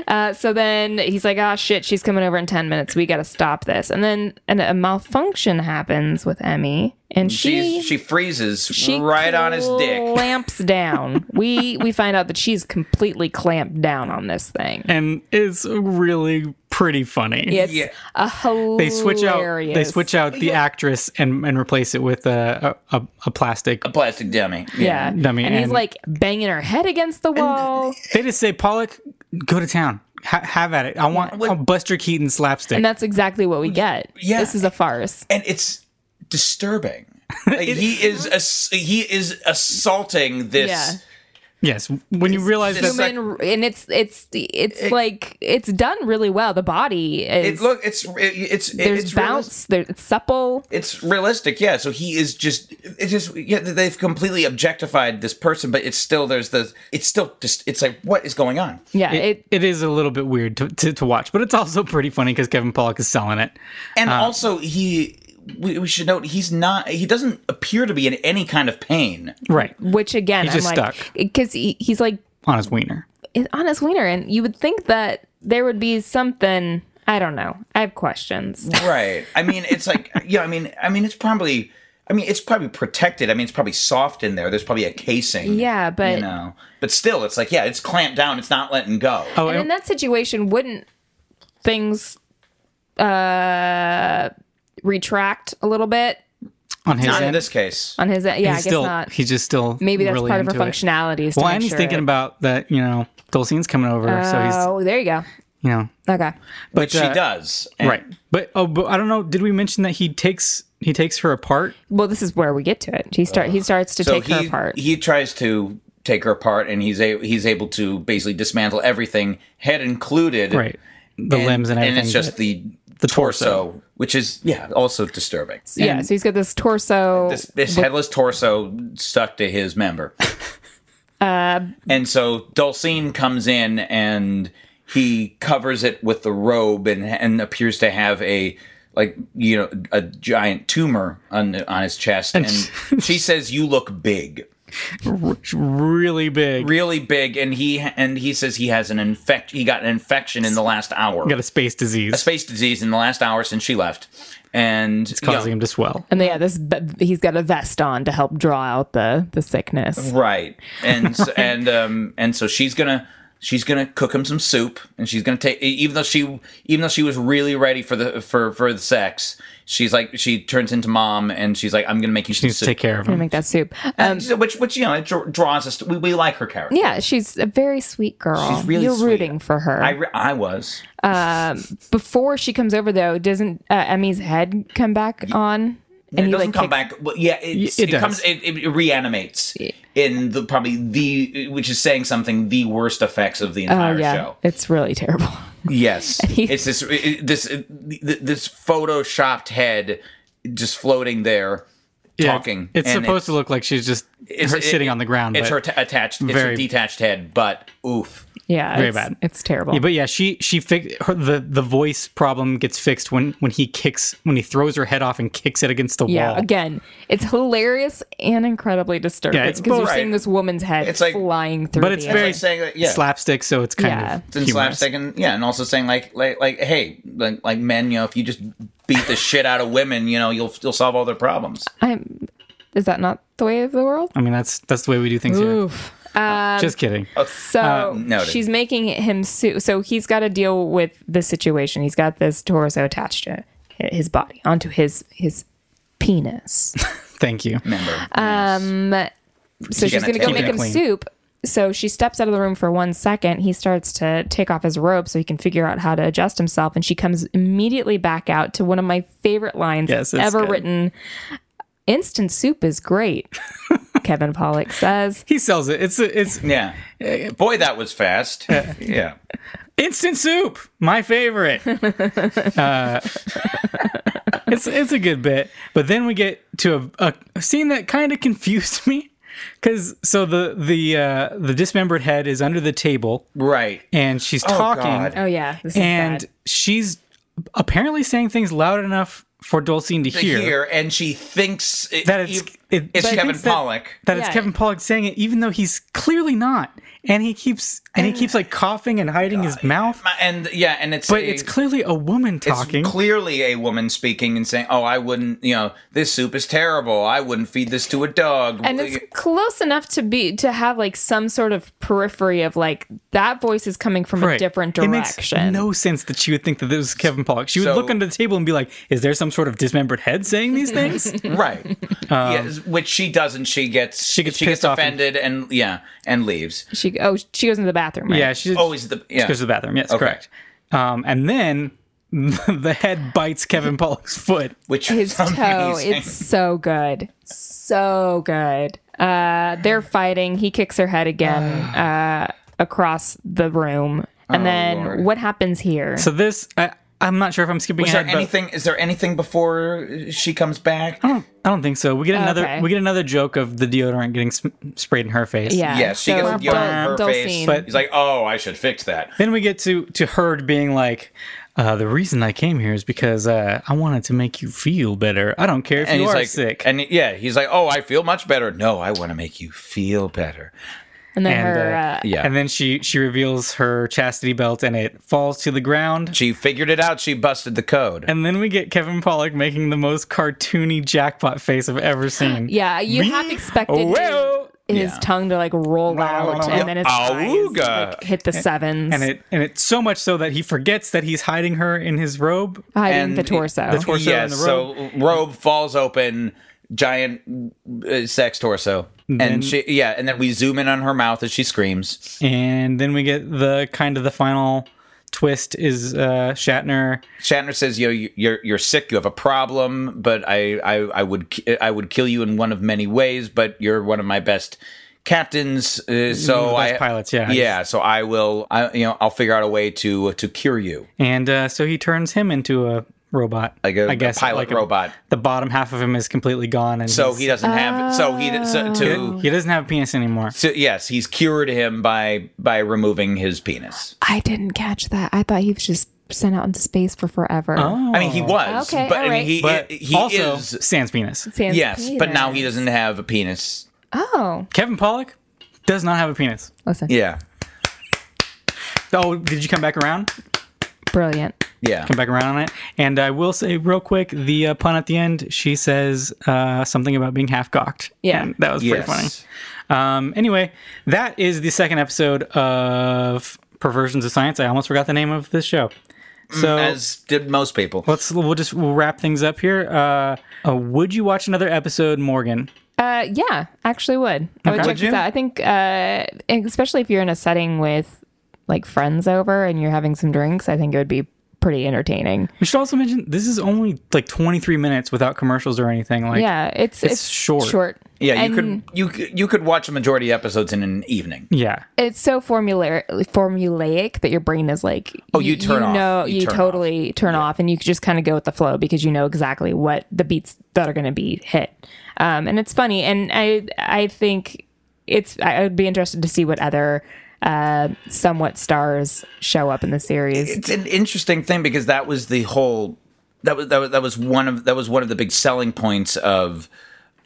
S3: Uh, so then he's like, "Ah, shit, she's coming over in ten minutes. We got to stop this." And then an, a malfunction happens with Emmy, and she
S2: She's, she freezes
S3: she
S2: right on his dick.
S3: clamps down. we we find out that she's completely clamped down on this thing.
S1: and it's really pretty funny.
S3: It's
S2: Yeah.
S3: a hilarious.
S1: They switch out. They switch out the actress and, and replace it with a a, a, a plastic.
S2: A plastic dummy.
S3: Yeah,
S1: dummy
S3: and, he's
S1: and-
S3: like banging her head against the wall,
S1: They just say, Pollock, go to town. Ha- have at it. I want I want Buster Keaton slapstick.
S3: and that's exactly what we get.
S2: Yeah.
S3: this is a farce.
S2: And it's
S3: <laughs>
S2: disturbing. Like, he is ass- he is assaulting this.
S3: Yeah.
S1: yes, when you realize
S2: it's
S1: that
S2: like-
S3: Human, and it's it's it's like it's done really well. The body is
S2: It look it's it's
S3: there's
S2: it's realis-
S3: bounce, there, it's supple.
S2: it's realistic, yeah. So he is just it just yeah. They've completely objectified this person, but it's still there's the it's still just it's like what is going on?
S3: Yeah,
S1: it, it
S3: it,
S1: is a little bit weird to, to, to watch, but it's also pretty funny because Kevin Pollock is selling it.
S2: And
S3: Ah.
S2: also he we, we should note he's not he doesn't appear to be in any kind of pain.
S1: Right.
S3: which again,
S1: He's just
S3: I'm like,
S1: stuck.
S3: because he, he's like
S1: On his wiener.
S3: it's on his wiener, and you would think that there would be something. I don't know. I have questions.
S2: right i mean it's like yeah i mean i mean it's probably i mean it's probably protected i mean it's probably soft in there there's probably a casing
S3: Yeah, but
S2: you know but still it's like yeah it's clamped down it's not letting go
S1: Oh,
S3: and in
S1: and-
S3: that situation, wouldn't things uh retract a little bit?
S1: on his
S2: Not in
S1: end.
S2: this case.
S3: on his end. Yeah, I
S1: he's
S3: guess
S1: still
S3: not.
S1: he's just still
S3: Maybe that's
S1: really
S3: part of her
S1: into it.
S3: functionality. Is to
S1: Well,
S3: make
S1: and he's
S3: sure
S1: thinking
S3: it-
S1: about that you know Dulcine's coming over, so he's
S3: Oh, there you go.
S1: you know
S3: Okay.
S1: but
S2: Which she
S1: uh,
S2: does. And-
S1: right. But oh, but I don't know. Did we mention that he takes he takes her apart?
S3: Well, this is where we get to it. He start he starts to
S2: So
S3: take
S2: he,
S3: her apart.
S2: He tries to take her apart, and he's a, he's able to basically dismantle everything, head included.
S1: Right, the limbs and everything.
S2: And it's just
S1: but-
S2: the
S1: the
S2: torso,
S1: torso.
S2: which is yeah also disturbing.
S3: yeah, so he's got this torso.
S2: This, this headless torso stuck to
S1: <laughs>
S2: his member. Uh, and so Dulcine comes in and he covers it with the robe and and appears to have a like you know a giant tumor on on his chest and
S1: <laughs>
S2: she says you look big
S1: really big.
S2: really big and he and he says he has an infect he got an infection in the last hour
S1: got a space disease.
S2: a space disease in the last hour since she left and
S1: it's causing him to swell.
S3: and then, yeah, this be- he's got a vest on to help draw out the the
S2: Oh,
S3: sickness.
S2: right and
S3: <laughs>
S2: so, and um and so she's gonna she's gonna cook him some soup and she's gonna take e, even though she even though she was really ready for the for for the sex she's like she turns into mom and she's like i'm gonna make you
S1: He
S2: some
S1: needs to
S2: soup
S1: take care of him.
S3: Make that soup. Um,
S2: And so- which which you know it dr- draws us to, we, we like her character
S3: Yeah, she's a very sweet girl.
S2: She's really
S3: You're
S2: sweet.
S3: rooting for her.
S2: I, re- I was
S3: Before she comes over, though, doesn't uh, Emmy's head come back on? And
S2: it
S3: he,
S2: doesn't
S3: like,
S2: come
S3: kicks-
S2: back. Well, yeah, it's,
S1: Y-
S2: it,
S1: it does.
S2: comes. It, it reanimates in the probably the which is saying something. The worst effects of the
S3: Oh
S2: entire
S3: yeah,
S2: show.
S3: it's really terrible. <laughs>
S2: Yes, it's this it- this this photoshopped head just floating there,
S1: Yeah,
S2: talking.
S1: It's
S2: and
S1: supposed to look like she's just
S2: it's-
S1: her
S2: it-
S1: sitting
S2: it-
S1: on the ground.
S2: It's
S1: but,
S2: her t- attached. It's
S1: very-
S2: a detached head, but oof.
S3: Yeah,
S1: Very
S3: it's,
S1: bad.
S3: It's terrible.
S1: Yeah, but yeah, she she fix her, the the voice problem gets fixed when when he kicks when he throws her head off and kicks it against the
S3: Yeah,
S1: wall.
S3: again, it's hilarious and incredibly disturbing
S1: Yeah,
S3: because
S1: it's
S3: you're
S1: both-
S3: seeing
S2: Right.
S3: this woman's head
S2: It's like-
S3: flying through.
S1: but it's
S3: the
S1: very
S2: Like saying that, yeah.
S1: slapstick, so it's kind
S3: Yeah.
S1: of
S2: It's in
S1: humorous.
S2: slapstick and yeah, and also saying like like like hey like like men, you know, if you just beat the shit out of women, you know, you'll you'll solve all their problems.
S3: I'm, is that not the way of the world?
S1: I mean, that's that's the way we do things here.
S3: Oof.
S1: Just kidding.
S2: Oh.
S3: So
S2: noted.
S3: she's making him sue. So he's got to deal with the situation. He's got this torso attached to hi- his body onto his his penis.
S1: Thank you.
S2: Remember, um,
S3: So she's
S2: gonna
S3: gonna go
S2: take
S3: make
S1: it.
S3: him
S1: Clean.
S3: soup. So she steps out of the room for one second. He starts to take off his robe so he can figure out how to adjust himself. And she comes immediately back out to one of my favorite lines
S1: Yes, it's
S3: ever
S1: good.
S3: written. Instant soup is great, Kevin Pollock says.
S1: He sells it. It's it's
S2: yeah. Boy, that was fast.
S1: Uh,
S2: yeah.
S1: instant soup. My
S3: <laughs>
S1: favorite. uh, it's it's a good bit, but then we get to a, a scene that kind of confused me because so the the uh, the dismembered head is under the table
S2: Right.
S1: and she's talking.
S2: God.
S3: Oh yeah, this is
S1: and
S3: bad.
S1: she's apparently saying things loud enough for Dulcine to,
S2: to
S1: hear,
S2: hear, and she thinks it,
S1: That it's- it-
S2: it's
S1: she
S2: Kevin
S1: thinks that-
S2: Pollak.
S1: that it's
S3: Yeah.
S1: Kevin Pollak saying it, even though he's clearly not. And he keeps and he keeps like coughing and hiding his mouth,
S2: Uh, and yeah, and it's
S1: but
S2: a-
S1: it's clearly a woman
S2: it's
S1: talking.
S2: clearly a woman speaking and saying, "Oh, I wouldn't, you know, this soup is terrible. I wouldn't feed this to a dog."
S3: and it's close enough to be to have like some sort of periphery of like that voice is coming from a
S1: Right.
S3: different
S1: It makes
S3: direction.
S1: no sense that she would think that this was Kevin Pollak. She would
S2: So-
S1: look under the table and be like, "Is there some sort of dismembered head saying these
S3: <laughs>
S1: things?"
S2: right, yes, which she doesn't. She gets she
S1: Um, gets
S2: she gets
S1: pissed off and-
S2: offended and, yeah, and leaves.
S3: She oh she goes into the bathroom. Right?
S1: yeah, she
S2: Always the Oh, yeah.
S1: She goes to the bathroom. Yes, correct. Um, and then <laughs> the head bites
S3: <laughs>
S1: Kevin Pollock's foot.
S2: which
S3: his
S2: is
S3: toe.
S2: amazing.
S3: It's so good. So good. Uh, they're fighting. He kicks her
S1: <sighs>
S3: head again uh, across the room. And then
S2: Lord.
S3: what happens here?
S1: Oh, So this, I, I'm not sure if I'm skipping
S2: Is there
S1: ahead, but
S2: anything? Is there anything before she comes back?
S1: I don't, I don't think so. We get another,
S3: Okay.
S1: we get another joke of the deodorant getting sm- sprayed in her face.
S3: yeah.
S2: Yes, she
S3: so
S2: gets yelled in her
S3: Dulcine.
S2: face.
S1: But-
S2: He's like, "Oh, I should fix that."
S1: Then we get to to Hurd being like, uh, "The reason I came here is because uh, I wanted to make you feel better. I don't care if
S2: and
S1: you
S2: he's
S1: are
S2: like
S1: sick."
S2: and yeah he's like oh i feel much better no i want to make you feel better
S3: and then
S1: And,
S3: her.
S1: uh,
S3: Uh,
S2: yeah
S1: And then she she reveals her chastity belt and it falls to the ground.
S2: she figured it out she busted the code
S1: And then we get Kevin Pollock making the most cartoony jackpot face I've ever seen.
S3: yeah, you half expected his-
S1: Oh, Well,
S3: his
S2: Yeah.
S3: tongue to like roll out and then his eyes
S2: Awooga.
S3: like, hit the sevens,
S1: And it and it's so much so that he forgets that he's hiding her in his robe.
S3: hiding the
S2: and
S3: torso.
S1: the torso
S2: yeah
S1: and the
S2: so robe falls open giant uh, sex torso. and she, yeah, and then we zoom in on her mouth as she screams.
S1: and then we get the kind of the final twist is uh, Shatner.
S2: Shatner says, "Yo, you- you're you're sick. You have a problem, but I I, I would ki- I would kill you in one of many ways. But you're one of my best captains. Uh, so
S1: best
S2: I
S1: pilots, yeah.
S2: yeah. So I will. I you know I'll figure out a way to to cure you.
S1: And uh, so he turns him into a robot.
S2: Like a-
S1: I
S2: a
S1: guess
S2: pilot
S1: like
S2: robot.
S1: The bottom half of him is completely gone, and
S2: So
S1: he's-
S2: he doesn't have. So he so, to.
S1: he doesn't have a penis anymore.
S2: So yes, he's cured him by by removing his penis.
S3: I didn't catch that. I thought he was just sent out into space for forever.
S1: Oh.
S2: I mean, he was,
S3: Oh, Okay,
S2: but I
S3: all
S2: mean,
S3: right.
S2: he
S1: But
S2: he
S1: also
S2: is
S1: Sans penis.
S3: Sans
S2: yes, but now he
S3: penis.
S2: doesn't have a penis.
S3: Oh,
S1: Kevin Pollock does not have a penis.
S3: listen,
S2: Yeah,
S1: Oh, did you come back around?
S3: brilliant.
S2: yeah.
S1: Come back around on it. And I will say real quick, the uh, pun at the end. She says uh, something about being half cocked.
S3: Yeah.
S1: And that was pretty
S2: Yes.
S1: funny. Um, anyway, that is the second episode of Perversions of Science. I almost forgot the name of this show. So
S2: Mm, As did most people.
S1: let's we'll just we'll wrap things up here. Uh, uh, would you watch another episode, Morgan?
S3: Uh, yeah, actually would. I
S1: Okay.
S3: would check
S1: Would
S3: this
S1: you?
S3: out. I think, uh, especially if you're in a setting with like friends over and you're having some drinks, I think it would be pretty entertaining.
S1: We should also mention this is only like 23 minutes without commercials or anything. Like
S3: yeah, it's,
S1: it's
S3: it's
S1: short.
S3: Short.
S2: Yeah, you
S3: And-
S2: could you c- you could watch a majority of episodes in an evening.
S1: yeah.
S3: it's so formulaic, formulaic that your brain is like,
S2: Oh, you turn off.
S3: know,
S2: You
S3: you,
S2: turn
S3: totally turn off, and you just kind of go with the flow because you know exactly what the beats that are going to be hit. Um, and it's funny, and I I think it's I I would be interested to see what other uh, somewhat stars show up in the series.
S2: It's an interesting thing because that was the whole that was that was, that was one of that was one of the big selling points of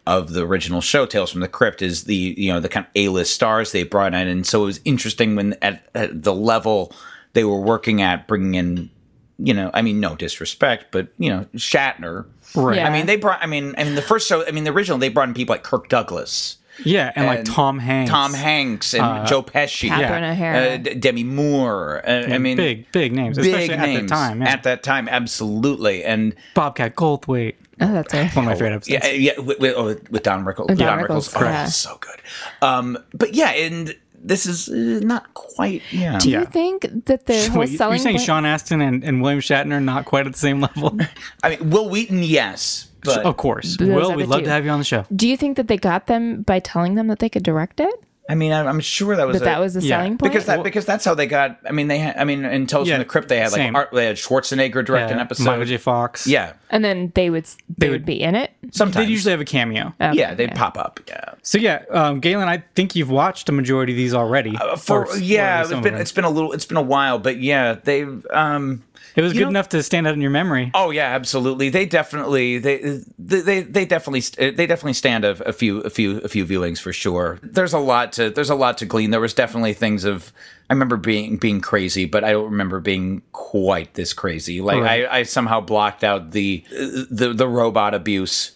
S2: of the original show Tales from the Crypt is the you know the kind of A list stars they brought in, and so it was interesting when at, at the level they were working at bringing in you know I mean no disrespect but you know Shatner
S1: Right.
S3: Yeah.
S2: I mean they brought I mean I mean the first show I mean the original they brought in people like Kirk Douglas
S1: Yeah, and, like
S2: And
S1: Tom Hanks.
S2: Tom Hanks and Joe Pesci
S3: Catherine
S1: yeah.
S3: O'Hara.
S2: uh, D- Demi Moore. Uh, I mean,
S1: big big names,
S2: big
S1: especially
S2: names
S1: at the time. Yeah.
S2: At that time, absolutely. And
S1: Bobcat Goldthwait,
S3: oh, that's right.
S1: one of my favorite episodes.
S2: yeah, yeah, with, with, oh, with Don Rickles.
S3: With Don Rickles,
S2: oh,
S3: yeah.
S2: so good. Um, but yeah, and this is uh, not quite. Yeah,
S3: Do
S1: Yeah.
S3: you think that the whole
S1: Wait, you're
S3: selling
S1: saying
S3: point-
S1: Sean Astin and, and William Shatner not quite at the same level?
S2: I mean, Will Wheaton, yes, <laughs> but
S1: of course.
S3: Those
S1: Will,
S3: other
S1: we'd love
S3: two.
S1: to have you on the show.
S3: Do you think that they got them by telling them that they could direct it?
S2: I mean, I'm, I'm sure that was
S3: That that
S2: a-
S3: was the
S1: Yeah.
S3: selling point?
S2: Because that because that's how they got. I mean, they. Had, I mean, in Tales
S1: Yeah,
S2: from the Crypt, they had like
S1: same.
S2: art, they had Schwarzenegger direct an
S1: Yeah,
S2: episode.
S1: Michael J. Fox.
S2: yeah,
S3: and then they would they, would
S1: would-
S3: be in it.
S2: sometimes
S1: They usually have a cameo.
S3: Okay,
S2: yeah they pop up. Yeah,
S1: So yeah, um, Galen, I think you've watched a majority of these already.
S2: Uh,
S1: Or-
S2: for
S1: or
S2: yeah,
S1: at
S2: it's
S1: least some of
S2: been
S1: them.
S2: it's been a little it's been a while, but yeah, they've um
S1: it was
S2: you
S1: good
S2: know-
S1: enough to stand out in your memory.
S2: oh yeah, absolutely. They definitely they they they, they definitely st- they definitely stand a, a few a few a few viewings for sure. There's a lot to there's a lot to glean. There was definitely things of I remember being being crazy, but I don't remember being quite this crazy. Like
S1: Right.
S2: I, I somehow blocked out the the the
S1: <laughs>
S2: robot abuse.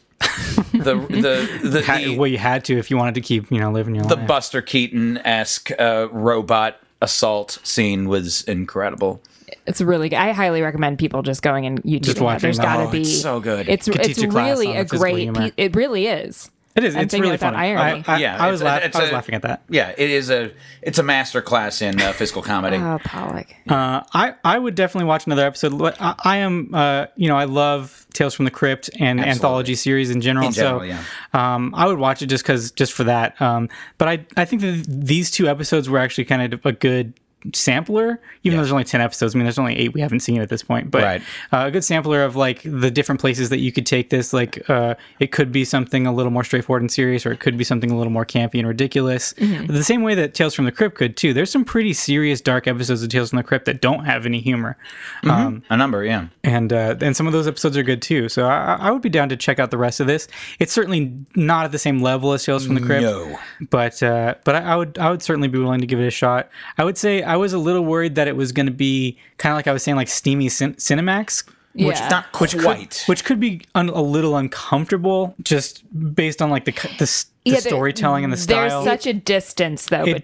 S2: the the the,
S1: Ha-
S2: the
S1: Uh, well, you had to if you wanted to keep you know living your
S2: the
S1: life.
S2: Buster Keaton esque uh, robot assault scene was incredible.
S3: It's really good. I highly recommend people just going and YouTube.
S1: Just
S3: it.
S1: watching
S3: There's
S1: it.
S3: got to
S1: Oh,
S3: be
S2: it's so good.
S3: It's
S1: Could teach
S3: it's
S1: a class
S3: really
S1: on
S3: a
S1: physical
S3: great.
S1: humor.
S3: pe- it really is.
S1: it is.
S3: I'm
S1: It's
S3: thinking
S1: really
S3: without
S1: funny.
S3: irony.
S1: I, I,
S2: Yeah,
S1: I was
S2: it's-
S1: laugh-
S2: it's
S1: I was
S2: a-
S1: laughing at that.
S2: Yeah, it is a it's a master class in uh, physical comedy.
S3: Oh, Pollock.
S1: Uh, I, I would definitely watch another episode. Li- I, I am, uh, you know, I love Tales from the Crypt and anthology series in general.
S2: In general,
S1: so,
S2: yeah.
S1: um, I would watch it just because, just for that. Um, but I, I think that these two episodes were actually kind of a good sampler, even though there's only 10 episodes. I mean, there's only eight we haven't seen at this point, but
S2: Right.
S1: uh, a good sampler of like the different places that you could take this. Like, uh, it could be something a little more straightforward and serious, or it could be something a little more campy and ridiculous. The same way that Tales from the Crypt could too. There's some pretty serious, dark episodes of Tales from the Crypt that don't have any humor, um,
S2: a number, yeah.
S1: and uh, and some of those episodes are good too. So I, I would be down to check out the rest of this. It's certainly not at the same level as Tales from the Crypt,
S2: No.
S1: but uh, but I, I would I would certainly be willing to give it a shot. I would say I was a little worried that it was going to be kind of like I was saying, like steamy cin- Cinemax.
S3: Yeah.
S2: Not quite.
S1: which could be un- a little uncomfortable just based on like the c- the s- the
S3: Yeah, there-
S1: storytelling and the style.
S3: There's such a distance though
S1: it
S3: between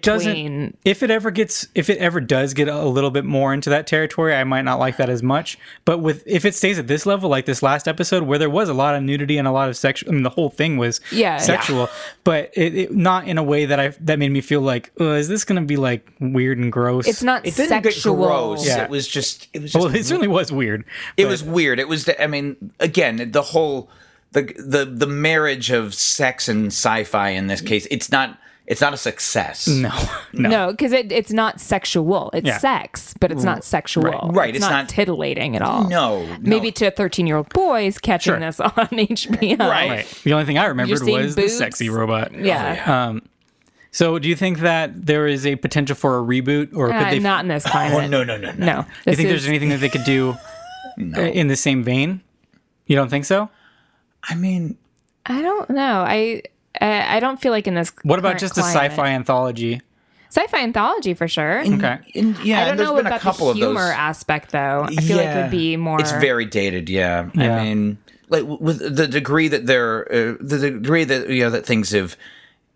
S1: doesn't. If it ever gets, if it ever does get a little bit more into that territory, I might not like that as much. But with if it stays at this level, like this last episode, where there was a lot of nudity and a lot of sexual, I mean, the whole thing was
S3: Yeah.
S1: sexual, but it, it not in a way that I that made me feel like, oh, is this going to be like weird and gross?
S3: it's not
S2: It didn't
S3: sexual.
S2: get gross.
S1: Yeah.
S2: It was just. It was just.
S1: Well, it certainly was weird.
S2: it was weird. It was. I mean, again, the whole the the the marriage of sex and sci-fi in this case. It's not. It's not a success.
S1: no, <laughs> no.
S3: No, because it, it's not sexual. It's
S1: Yeah.
S3: sex, but it's not sexual.
S2: Right,
S3: It's,
S2: it's
S3: not,
S2: not-
S3: titillating at all.
S2: No, no.
S3: Maybe to 13 year old boys catching
S1: Sure.
S3: this <laughs> on HBO.
S2: Right.
S1: Right. The only thing I remembered
S3: seeing
S1: was the
S3: boobs?
S1: sexy robot.
S3: Yeah.
S1: So, do you think that there is a potential for a reboot, or could
S3: Uh,
S1: they?
S3: not in this climate.
S2: Oh, no, no, no, no.
S3: No.
S1: do you
S3: This
S1: think
S3: is-
S1: there's anything that they could do uh, in the same vein? You don't think so?
S2: I mean,
S3: I don't know. I I I don't feel like in this.
S1: What about
S3: current
S1: just a
S3: climate-
S1: sci-fi anthology?
S3: sci-fi anthology for sure?
S1: Okay.
S2: in, yeah.
S3: I
S2: and
S3: don't
S2: there's
S3: know
S2: been
S3: about
S2: a couple
S3: the humor
S2: of those.
S3: aspect though. I feel like it would be more.
S2: It's very dated. Yeah.
S1: Yeah.
S2: I mean, like w- with the degree that they're uh, the degree that you know that things have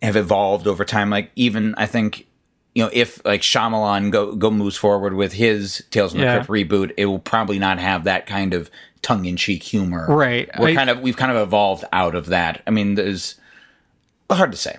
S2: have evolved over time. Like even I think. You know, if like Shyamalan go go moves forward with his Tales from
S1: Yeah.
S2: the Crypt reboot, it will probably not have that kind of tongue in cheek humor.
S1: Right.
S2: We're
S1: I-
S2: kind of we've kind of evolved out of that. I mean, there's hard to say.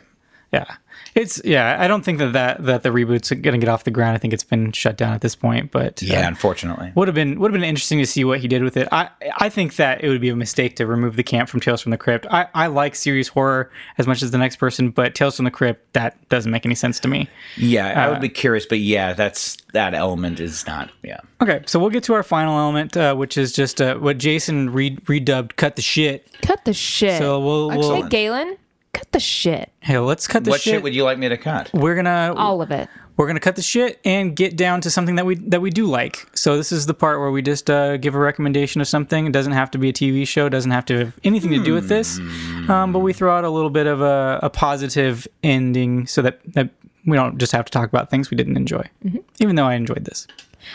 S1: Yeah. It's yeah. I don't think that that, that the reboot's going to get off the ground. I think it's been shut down at this point. But uh,
S2: Yeah, unfortunately.
S1: would have been would have been interesting to see what he did with it. I I think that it would be a mistake to remove the camp from Tales from the Crypt. I, I like serious horror as much as the next person, but Tales from the Crypt that doesn't make any sense to me.
S2: Yeah, I
S1: Uh,
S2: would be curious, but yeah, that's that element is not. Yeah,
S1: Okay, so we'll get to our final element, uh, which is just uh, what Jason re- redubbed "cut the shit."
S3: cut the shit.
S1: So we'll,
S3: hey
S1: we'll
S3: Galen, cut the shit.
S1: hey, let's cut the
S2: what shit.
S1: shit.
S2: would you like me to cut?
S1: We're gonna
S3: All of it.
S1: we're gonna cut the shit and get down to something that we that we do like. So this is the part where we just uh, give a recommendation of something. It doesn't have to be a TV show. Doesn't have to have anything to do with this. Um, but we throw out a little bit of a, a positive ending so that that we don't just have to talk about things we didn't enjoy. Even though I enjoyed this.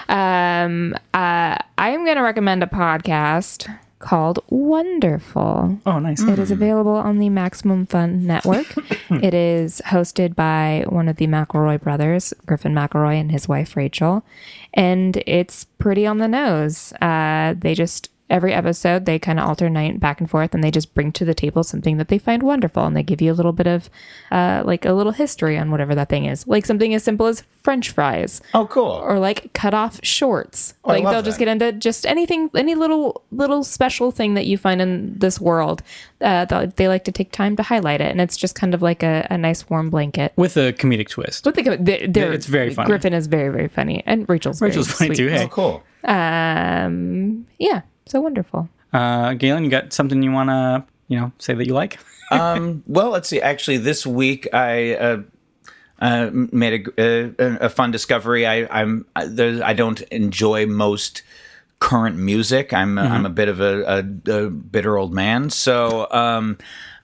S3: Um, uh, I am going to recommend a podcast called Wonderful.
S1: Oh, nice.
S3: It is available on the Maximum Fun Network. it is hosted by one of the McElroy brothers, Griffin McElroy, and his wife Rachel, and it's pretty on the nose. Uh, they just every episode they kind of alternate back and forth, and they just bring to the table something that they find wonderful, and they give you a little bit of uh, like a little history on whatever that thing is, like something as simple as French fries
S2: Oh, cool.
S3: or like cut off shorts.
S1: Oh,
S2: I
S3: like
S2: love
S3: they'll just
S2: that.
S3: get into just anything, any little little special thing that you find in this world. Uh, they'll- they like to take time to highlight it, and it's just kind of like a, a nice warm blanket.
S1: With a comedic twist.
S3: But they, they're, they're,
S1: It's very funny.
S3: Griffin is very very funny, and Rachel's
S1: Rachel's
S3: very
S1: funny
S3: sweet.
S1: too. Hey,
S2: Oh, cool.
S3: Um, yeah, so wonderful.
S1: uh, Galen, you got something you wanna you know say that you like?
S2: Well, let's see. Actually, this week I uh, uh, made a, uh, a fun discovery. I, I'm I, there's, I don't enjoy most current music. I'm uh, I'm a bit of a, a, a bitter old man. So um,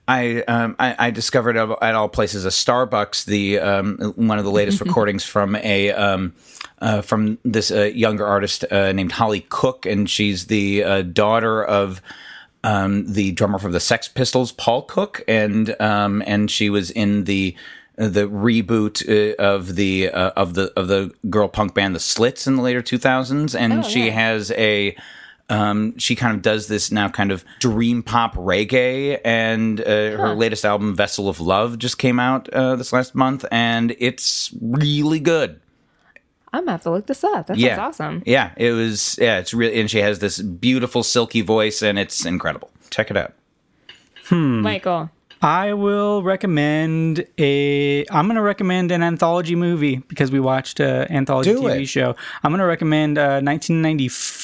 S2: I, um, I I discovered of- at all places a Starbucks the um, one of the latest recordings from a. Um, uh, from this uh, younger artist uh, named Holly Cook, and she's the uh, daughter of um, the drummer from the Sex Pistols, Paul Cook, and um, and she was in the the reboot uh, of the uh, of the of the girl punk band the Slits in the later 2000s, and she has a um, she kind of does this now kind of dream pop reggae, and uh, her latest album Vessel of Love just came out uh, this last month, and it's really good.
S3: I'm gonna have to look this up. That
S2: Yeah,
S3: sounds awesome.
S2: Yeah, it was. Yeah, it's really, and she has this beautiful silky voice, and it's incredible. Check it out. Mm.
S3: Michael,
S1: I will recommend a. I'm going to recommend an anthology movie because we watched an anthology
S2: Do
S1: TV
S2: it.
S1: show. I'm going to recommend uh, a 1995,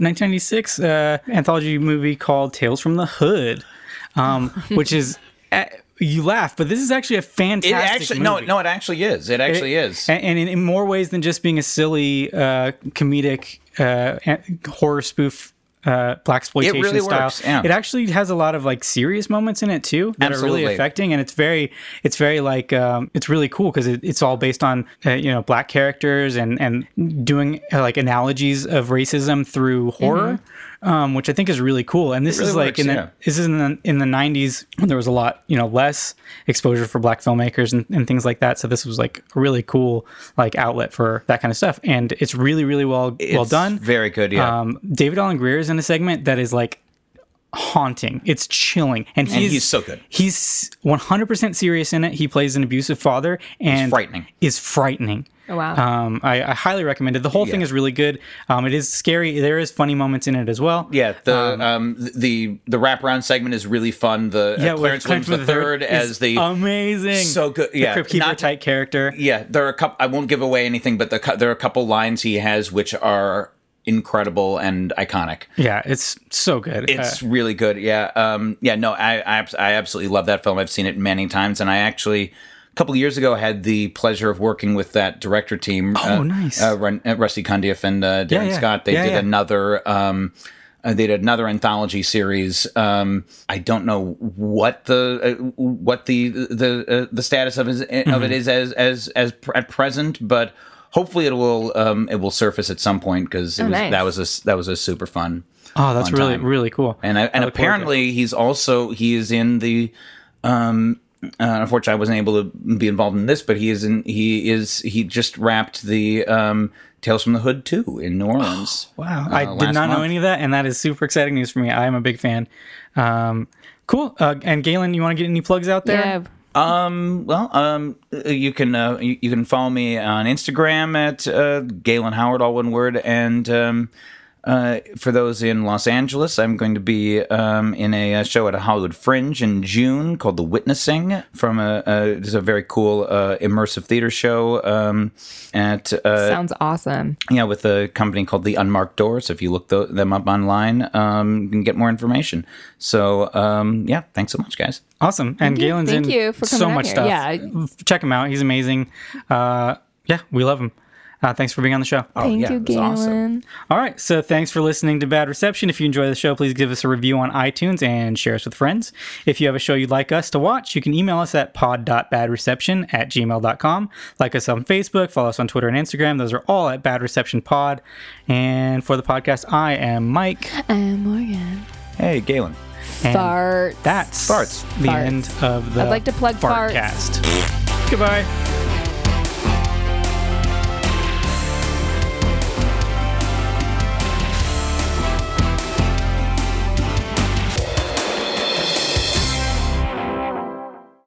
S1: 1996 uh, anthology movie called Tales from the Hood,
S2: <laughs>
S1: um, which is. Uh, you laugh, but this is actually a fantastic.
S2: It actually no
S1: movie.
S2: no it actually is. It actually
S1: It-
S2: is.
S1: And, and in, in more ways than just being a silly uh, comedic uh, an- horror spoof. Uh, black exploitation
S2: It really
S1: style.
S2: works, yeah.
S1: It actually has a lot of like serious moments in it too that are really
S2: Absolutely.
S1: affecting, and it's very, it's very like, um, it's really cool because it, it's all based on uh, you know black characters and and doing uh, like analogies of racism through horror, um, which I think is really cool. And this
S2: Mm-hmm. really
S1: is like
S2: works,
S1: in the,
S2: yeah.
S1: this is in the in the '90s when there was a lot, you know, less exposure for Black filmmakers and, and things like that. So this was like a really cool like outlet for that kind of stuff, and it's really really well well
S2: It's
S1: done.
S2: Very good. Yeah.
S1: Um, David Allen Greer is in a segment that is like haunting. It's chilling, and he's,
S2: he's so good.
S1: He's 100% serious in it. He plays an abusive father, and
S2: frightening.
S1: Is frightening.
S5: Oh, wow.
S1: Um, I, I highly recommend it. The whole thing
S2: Yeah.
S1: is really good. Um, it is scary. There is funny moments in it as well.
S2: yeah, the um, the the wraparound segment is really fun. The uh,
S1: Yeah, with
S2: Clarence Williams the third
S1: is
S2: as the
S1: amazing,
S2: So good-
S1: The
S2: yeah,
S1: Crypt Keeper
S2: not-
S1: type character.
S2: yeah, there are a couple. I won't give away anything, but the, cou- there are a couple lines he has which are incredible and iconic.
S1: Yeah, it's so good.
S2: It's really good. Yeah. Um, yeah. No, I, I abs- I absolutely love that film. I've seen it many times, and I actually a couple years ago had the pleasure of working with that director team.
S1: Oh, nice.
S2: Uh, Run, uh, Rusty Cundiff and uh, Darren
S1: Yeah, yeah.
S2: Scott. They
S1: Yeah,
S2: did
S1: yeah.
S2: another. Um, uh, they did another anthology series. Um, I don't know what the uh, what the the uh, the status of is, of
S1: Mm-hmm.
S2: it is as as as pr- at present, but. Hopefully it will um, it will surface at some point because
S5: nice.
S2: that was a s- that was a super fun
S1: oh, that's
S2: fun
S1: really
S2: time.
S1: really cool.
S2: and I, and
S1: look forward to it.
S2: apparently he's also he is in the um uh, unfortunately I wasn't able to be involved in this but he is in he is he just wrapped the um Tales from the Hood 2 in New Orleans.
S1: Wow,
S2: uh,
S1: I
S2: last
S1: did not know
S2: month.
S1: any of that, and that is super exciting news for me. I am a big fan. Um, cool. Uh, and Galen, you want to get any plugs out there?
S5: Yeah.
S2: Um well um you can uh, you, you can follow me on Instagram at uh, Galen Howard all one word and um uh, for those in Los Angeles, I'm going to be um, in a, uh show at a Hollywood Fringe in June called "The Witnessing." From a, a it's a very cool uh, immersive theater show um, at uh,
S5: Sounds awesome.
S2: yeah with a company called the Unmarked Doors. If you look tho- them up online, um, you can get more information. So um, yeah, thanks so much, guys.
S1: Awesome. And Galen's
S5: Mm-hmm. Thank
S1: in
S5: you for
S1: so
S5: coming out
S1: much
S5: here.
S1: stuff.
S5: Yeah.
S1: Check him out. He's amazing. Uh, yeah, we love him. Uh, thanks for being on the show.
S5: Thank
S2: Oh, yeah,
S5: you,
S2: it was awesome.
S5: Galen.
S1: All right. So thanks for listening to Bad Reception. If you enjoy the show, please give us a review on iTunes and share us with friends. If you have a show you'd like us to watch, you can email us at pod.badreception at gmail.com. Like us on Facebook, follow us on Twitter and Instagram. Those are all at Bad Reception Pod. And for the podcast, I am Mike.
S5: I'm Morgan.
S2: Hey, Galen.
S1: And
S5: Farts.
S1: That's
S2: Farts.
S1: the
S5: Farts.
S1: end of the
S5: I'd like to plug farts.
S1: Fartcast. Goodbye.